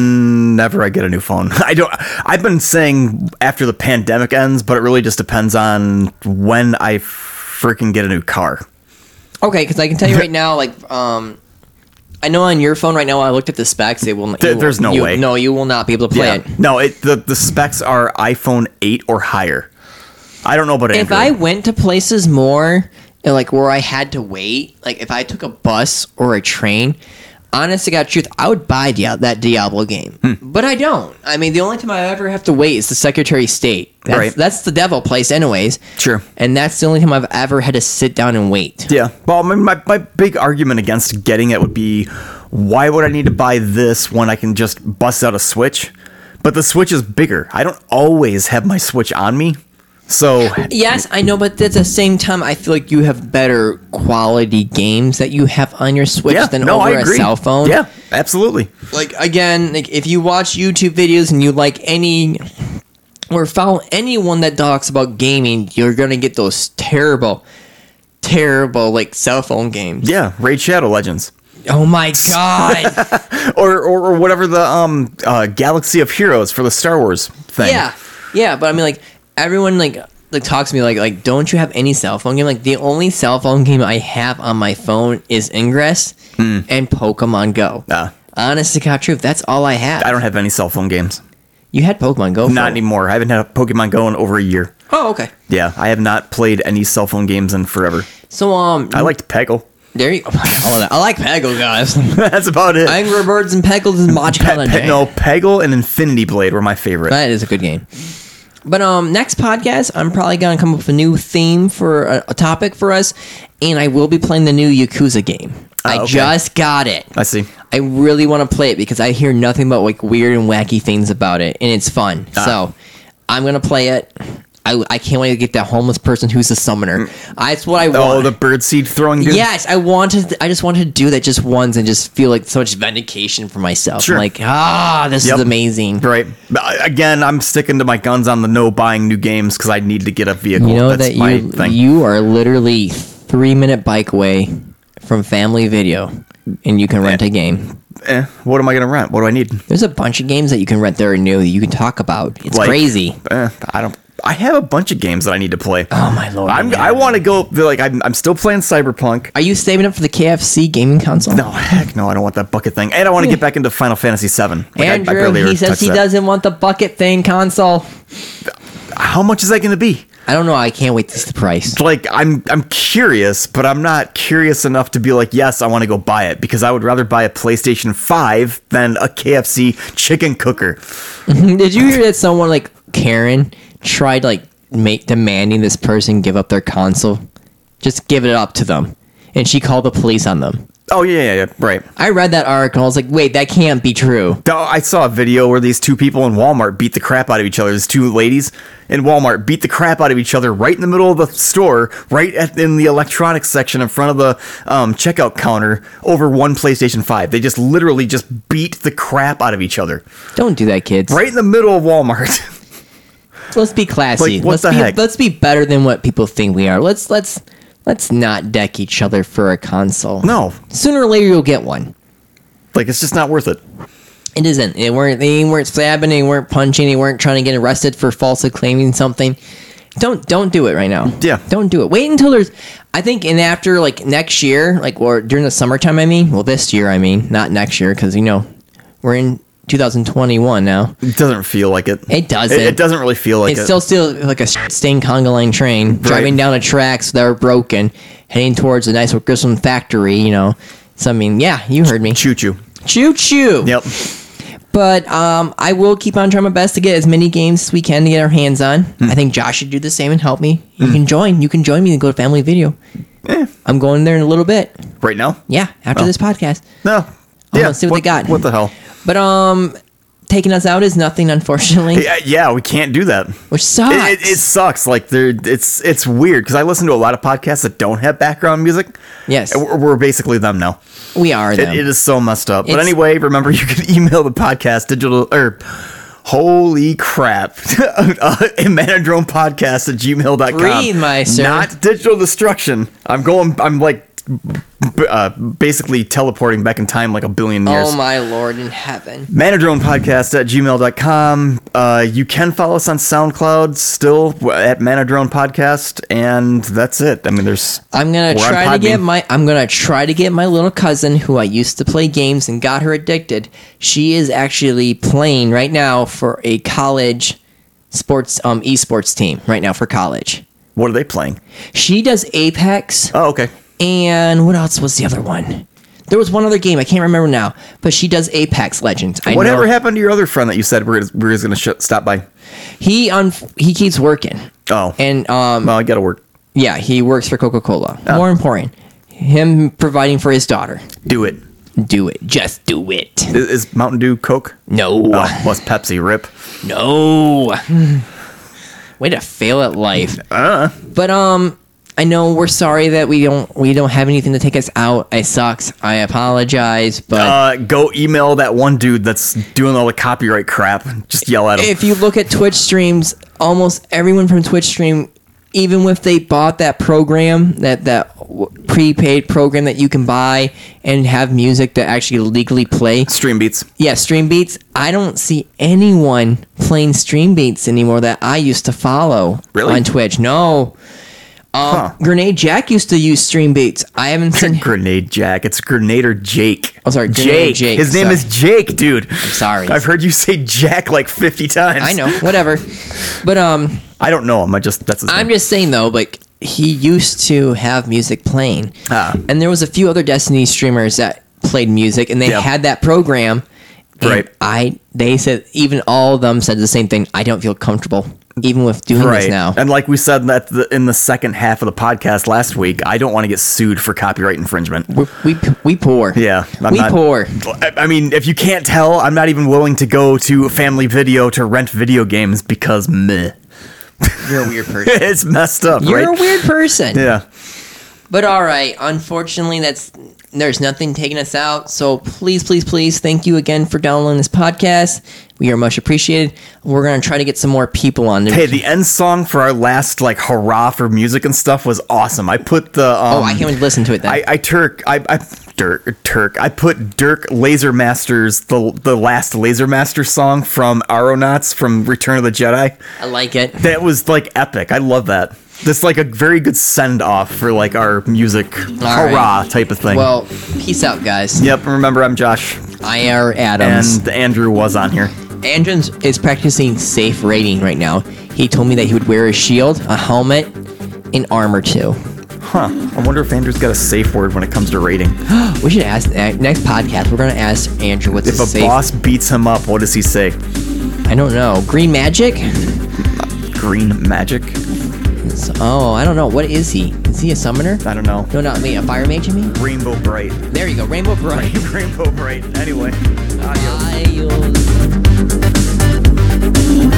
Speaker 1: Whenever I get a new phone, <laughs> I don't. I've been saying after the pandemic ends, but it really just depends on when I freaking get a new car.
Speaker 2: Okay, because I can tell
Speaker 1: <laughs>
Speaker 2: you right now, like, um, I know on your phone right now, I looked at the specs. It will.
Speaker 1: There-
Speaker 2: you-
Speaker 1: there's no
Speaker 2: you-
Speaker 1: way.
Speaker 2: No, you will not be able to play it.
Speaker 1: No, it the the specs are iPhone eight or higher. I don't know about
Speaker 2: If I
Speaker 1: Android.
Speaker 2: went to places more, and, like where I had to wait, like if I took a bus or a train, honest to God, truth, I would buy Dia- that Diablo game.
Speaker 1: Hmm.
Speaker 2: But I don't. I mean, the only time I ever have to wait is the Secretary of State. That's,
Speaker 1: Right.
Speaker 2: That's the devil place, anyways.
Speaker 1: Sure.
Speaker 2: And that's the only time I've ever had to sit down and wait.
Speaker 1: Yeah. Well, my, my, my big argument against getting it would be why would I need to buy this when I can just bust out a Switch? But the Switch is bigger. I don't always have my Switch on me. So,
Speaker 2: Yes, I know, but at the same time, I feel like you have better quality games that you have on your Switch
Speaker 1: yeah,
Speaker 2: than
Speaker 1: no, I
Speaker 2: over a
Speaker 1: agree.
Speaker 2: cell phone.
Speaker 1: Yeah, absolutely.
Speaker 2: Like again, like if you watch YouTube videos and you like any or follow anyone that talks about gaming, you're gonna get those terrible, terrible like cell phone games.
Speaker 1: Yeah, Raid Shadow Legends.
Speaker 2: Oh my god!
Speaker 1: Or, or, or whatever the um uh, Galaxy of Heroes for the Star Wars thing.
Speaker 2: yeah, yeah. But I mean, like everyone like like talks to me like like don't you have any cell phone game? Like the only cell phone game I have on my phone is Ingress
Speaker 1: Hmm.
Speaker 2: and Pokemon Go.
Speaker 1: Uh,
Speaker 2: Honest to God, truth, that's all I have.
Speaker 1: I don't have any cell phone games.
Speaker 2: You had Pokemon Go. for
Speaker 1: Not
Speaker 2: a-
Speaker 1: anymore. I haven't had a Pokemon Go in over a year.
Speaker 2: Oh, okay.
Speaker 1: Yeah, I have not played any cell phone games in forever.
Speaker 2: So um,
Speaker 1: I liked Peggle. <laughs>
Speaker 2: there you. <laughs> Oh, that- I like Peggle, guys.
Speaker 1: That's about it.
Speaker 2: Angry Birds and Peggles and Mod
Speaker 1: Pe-
Speaker 2: Calendar.
Speaker 1: Pe- no, Peggle and Infinity Blade were my favorite.
Speaker 2: That is a good game. But um, next podcast, I'm probably gonna come up with a new theme for a, a topic for us, and I will be playing the new Yakuza game. I
Speaker 1: Ah, okay.
Speaker 2: just got it.
Speaker 1: I see.
Speaker 2: I really want to play it because I hear nothing but like weird and wacky things about it, and it's fun.
Speaker 1: Ah.
Speaker 2: So I'm gonna play it. I, I can't wait to get that homeless person who's the summoner. I, that's what I want.
Speaker 1: Mm. Oh, the birdseed throwing dude.
Speaker 2: Yes, I wanted. I just wanted to do that just once and just feel like so much vindication for myself.
Speaker 1: Sure.
Speaker 2: Like ah, this
Speaker 1: Yep.
Speaker 2: is amazing.
Speaker 1: Right. But I- Again, I'm sticking to my guns on the no buying new games because I need to get a vehicle.
Speaker 2: You know
Speaker 1: That's
Speaker 2: that
Speaker 1: my
Speaker 2: you
Speaker 1: thing.
Speaker 2: you are literally three minute bike away from Family Video, and you can rent a game.
Speaker 1: Eh, what am I gonna rent? What do I need?
Speaker 2: There's a bunch of games that you can rent that are new that you can talk about. It's
Speaker 1: Like-
Speaker 2: crazy.
Speaker 1: Eh, I don't. I have a bunch of games that I need to play.
Speaker 2: Oh my lord!
Speaker 1: I'm,
Speaker 2: man.
Speaker 1: I want to go. they're Like I'm, I'm still playing Cyberpunk.
Speaker 2: Are you saving up for the KFC gaming console?
Speaker 1: No, heck no, I don't want that bucket thing, and I want to get back into Final Fantasy VII. Like, I- I
Speaker 2: Andrew,
Speaker 1: barely ever
Speaker 2: he says
Speaker 1: touch
Speaker 2: he
Speaker 1: that.
Speaker 2: doesn't want the bucket thing console.
Speaker 1: How much is that going to be?
Speaker 2: I don't know. I can't wait to see the <laughs> price.
Speaker 1: Like I'm, I'm curious, but I'm not curious enough to be like, yes, I want to go buy it because I would rather buy a PlayStation Five than a KFC chicken cooker.
Speaker 2: Did you hear that someone like Karen tried like make demanding this person give up their console? Just give it up to them. And she called the police on them.
Speaker 1: Oh yeah, yeah, yeah right.
Speaker 2: I read that article. I was like, wait, that can't be true.
Speaker 1: Oh, I saw a video where these two people in Walmart beat the crap out of each other. These two ladies in Walmart beat the crap out of each other right in the middle of the store, right at, in the electronics section in front of the um, checkout counter over one PlayStation 5. They just literally just beat the crap out of each other
Speaker 2: Don't do that, kids.
Speaker 1: right in the middle of Walmart. <laughs>
Speaker 2: Let's be classy.
Speaker 1: Like, what
Speaker 2: let's
Speaker 1: the
Speaker 2: be
Speaker 1: heck?
Speaker 2: let's be better than what people think we are. Let's let's let's not deck each other for a console.
Speaker 1: no,
Speaker 2: Sooner or later you'll get one.
Speaker 1: like it's just not worth it.
Speaker 2: It isn't. They weren't. They weren't stabbing. They weren't punching. They weren't trying to get arrested for falsely claiming something. Don't don't do it right now.
Speaker 1: Yeah.
Speaker 2: Don't do it. Wait until there's. I think and after like next year, like or during the summertime. I mean, well, this year. I mean, not next year because you know we're in 2021 now.
Speaker 1: It doesn't feel like it.
Speaker 2: It doesn't.
Speaker 1: It, it doesn't really feel like
Speaker 2: it's
Speaker 1: it.
Speaker 2: still still like a stained conga line train driving down the tracks that are broken, heading towards the nice Grissom factory. You know. So I mean, yeah, you heard me.
Speaker 1: Choo choo.
Speaker 2: Choo choo.
Speaker 1: Yep.
Speaker 2: But um, I will keep on trying my best to get as many games as we can to get our hands on.
Speaker 1: Hmm.
Speaker 2: I think Josh should do the same and help me. You can join. You can join me and go to Family Video.
Speaker 1: Eh.
Speaker 2: I'm going there in a little bit.
Speaker 1: Right now?
Speaker 2: Yeah, after this podcast.
Speaker 1: No.
Speaker 2: Oh, let's see what they got.
Speaker 1: What the hell?
Speaker 2: But um, taking us out is nothing, unfortunately,
Speaker 1: <laughs> Yeah, yeah, we can't do that.
Speaker 2: which sucks.
Speaker 1: It, it, it sucks. Like there, it's it's weird because I listen to a lot of podcasts that don't have background music.
Speaker 2: yes,
Speaker 1: And We're, we're basically them now.
Speaker 2: we are
Speaker 1: It,
Speaker 2: them.
Speaker 1: it is so messed up. but
Speaker 2: It's-
Speaker 1: anyway, remember you can <laughs> email the podcast digital or holy crap <laughs> uh, manadrone podcast at gmail.com
Speaker 2: Breathe, my sir.
Speaker 1: not digital destruction i'm going i'm like b- uh, basically teleporting back in time like a billion years
Speaker 2: oh my lord in heaven.
Speaker 1: manadronepodcast at gmail.com uh, you can follow us on soundcloud still w- at manadrone podcast and that's it i mean there's
Speaker 2: I'm gonna
Speaker 1: We're on
Speaker 2: try to get
Speaker 1: Podbean.
Speaker 2: my I'm gonna try to get my little cousin who I used to play games and got her addicted. She is actually playing right now for a college sports um esports team right now for college.
Speaker 1: what are they playing
Speaker 2: She does Apex
Speaker 1: oh okay
Speaker 2: and what else was the other one? There was one other game I can't remember now, but she does Apex Legends. I
Speaker 1: whatever
Speaker 2: know.
Speaker 1: happened to your other friend that you said we we're, we we're going to sh- stop by
Speaker 2: He on he keeps working.
Speaker 1: oh
Speaker 2: And um
Speaker 1: well i gotta work
Speaker 2: yeah, he works for Coca-Cola. More important, him providing for his daughter.
Speaker 1: do it
Speaker 2: Do it. Just do it.
Speaker 1: is, is mountain dew coke
Speaker 2: No.
Speaker 1: oh was pepsi
Speaker 2: <laughs>
Speaker 1: rip
Speaker 2: No. <laughs> Way to fail at life.
Speaker 1: Uh.
Speaker 2: But um I know we're sorry that we don't we don't have anything to take us out. It sucks. I apologize, but
Speaker 1: uh, go email that one dude that's doing all the copyright crap just yell at him
Speaker 2: if you look at Twitch streams, almost everyone from Twitch stream, even if they bought that program, that that w- prepaid program that you can buy and have music that actually legally play,
Speaker 1: stream beats
Speaker 2: yeah, stream beats. I don't see anyone playing stream beats anymore that I used to follow
Speaker 1: Really?
Speaker 2: on Twitch. No. Um,
Speaker 1: Huh.
Speaker 2: Grenade Jack used to use stream beats. I haven't seen.
Speaker 1: Grenade Jack. It's Grenader Jake.
Speaker 2: Oh, sorry, Grenader
Speaker 1: Jake.
Speaker 2: Jake,
Speaker 1: His name
Speaker 2: sorry.
Speaker 1: is Jake, dude. I'm
Speaker 2: <laughs> sorry.
Speaker 1: I've heard you say Jack like 50 times.
Speaker 2: I know, whatever. But um,
Speaker 1: I don't know him. I just that's his
Speaker 2: I'm
Speaker 1: name.
Speaker 2: just saying though, like he used to have music playing,
Speaker 1: Ah.
Speaker 2: and there was a few other Destiny streamers that played music, and they
Speaker 1: Yeah.
Speaker 2: had that program. and
Speaker 1: Right.
Speaker 2: I they said even all of them said the same thing. I don't feel comfortable even with doing this
Speaker 1: Right
Speaker 2: now.
Speaker 1: and like we said that the, in the second half of the podcast last week, I don't want to get sued for copyright infringement.
Speaker 2: We're, we we poor.
Speaker 1: Yeah, I'm
Speaker 2: we
Speaker 1: not-
Speaker 2: poor.
Speaker 1: I I mean, if you can't tell, I'm not even willing to go to Family Video to rent video games because meh, <laughs>
Speaker 2: You're a weird person.
Speaker 1: it's messed up,
Speaker 2: You're
Speaker 1: right?
Speaker 2: a weird person.
Speaker 1: yeah,
Speaker 2: But all right, unfortunately, that's there's nothing taking us out. So please, please, please, thank you again for downloading this podcast. We are much appreciated. We're gonna try to get some more people on.
Speaker 1: Hey, the end song for our last like hurrah for music and stuff was awesome. I put the um,
Speaker 2: oh, I can't wait to listen to it then.
Speaker 1: I, I Turk I, I Dirk Turk I put Dirk Laser Masters the the last Laser Master song from Aronauts from Return of the Jedi.
Speaker 2: I like it.
Speaker 1: That was like epic. I love that. That's like a very good send off for like our music
Speaker 2: right.
Speaker 1: hurrah type of thing.
Speaker 2: Well, peace out, guys.
Speaker 1: Yep, and remember I'm Josh
Speaker 2: I are Adams.
Speaker 1: and Andrew was on here.
Speaker 2: Andrews is practicing safe raiding right now. He told me that he would wear a shield, a helmet, and armor too.
Speaker 1: Huh. I wonder if Andrew's got a safe word when it comes to rating.
Speaker 2: We should ask uh, next podcast. We're gonna ask Andrew what's
Speaker 1: If
Speaker 2: a
Speaker 1: a
Speaker 2: safe.
Speaker 1: boss beats him up, what does he say?
Speaker 2: I don't know. Green magic.
Speaker 1: Green magic?
Speaker 2: Oh, I don't know. What is he? Is he a summoner?
Speaker 1: I don't know.
Speaker 2: No, not me. A fire mage, you mean?
Speaker 1: Rainbow bright.
Speaker 2: There you go. Rainbow Bright.
Speaker 1: Rainbow bright. Anyway. Adios.
Speaker 2: Miles.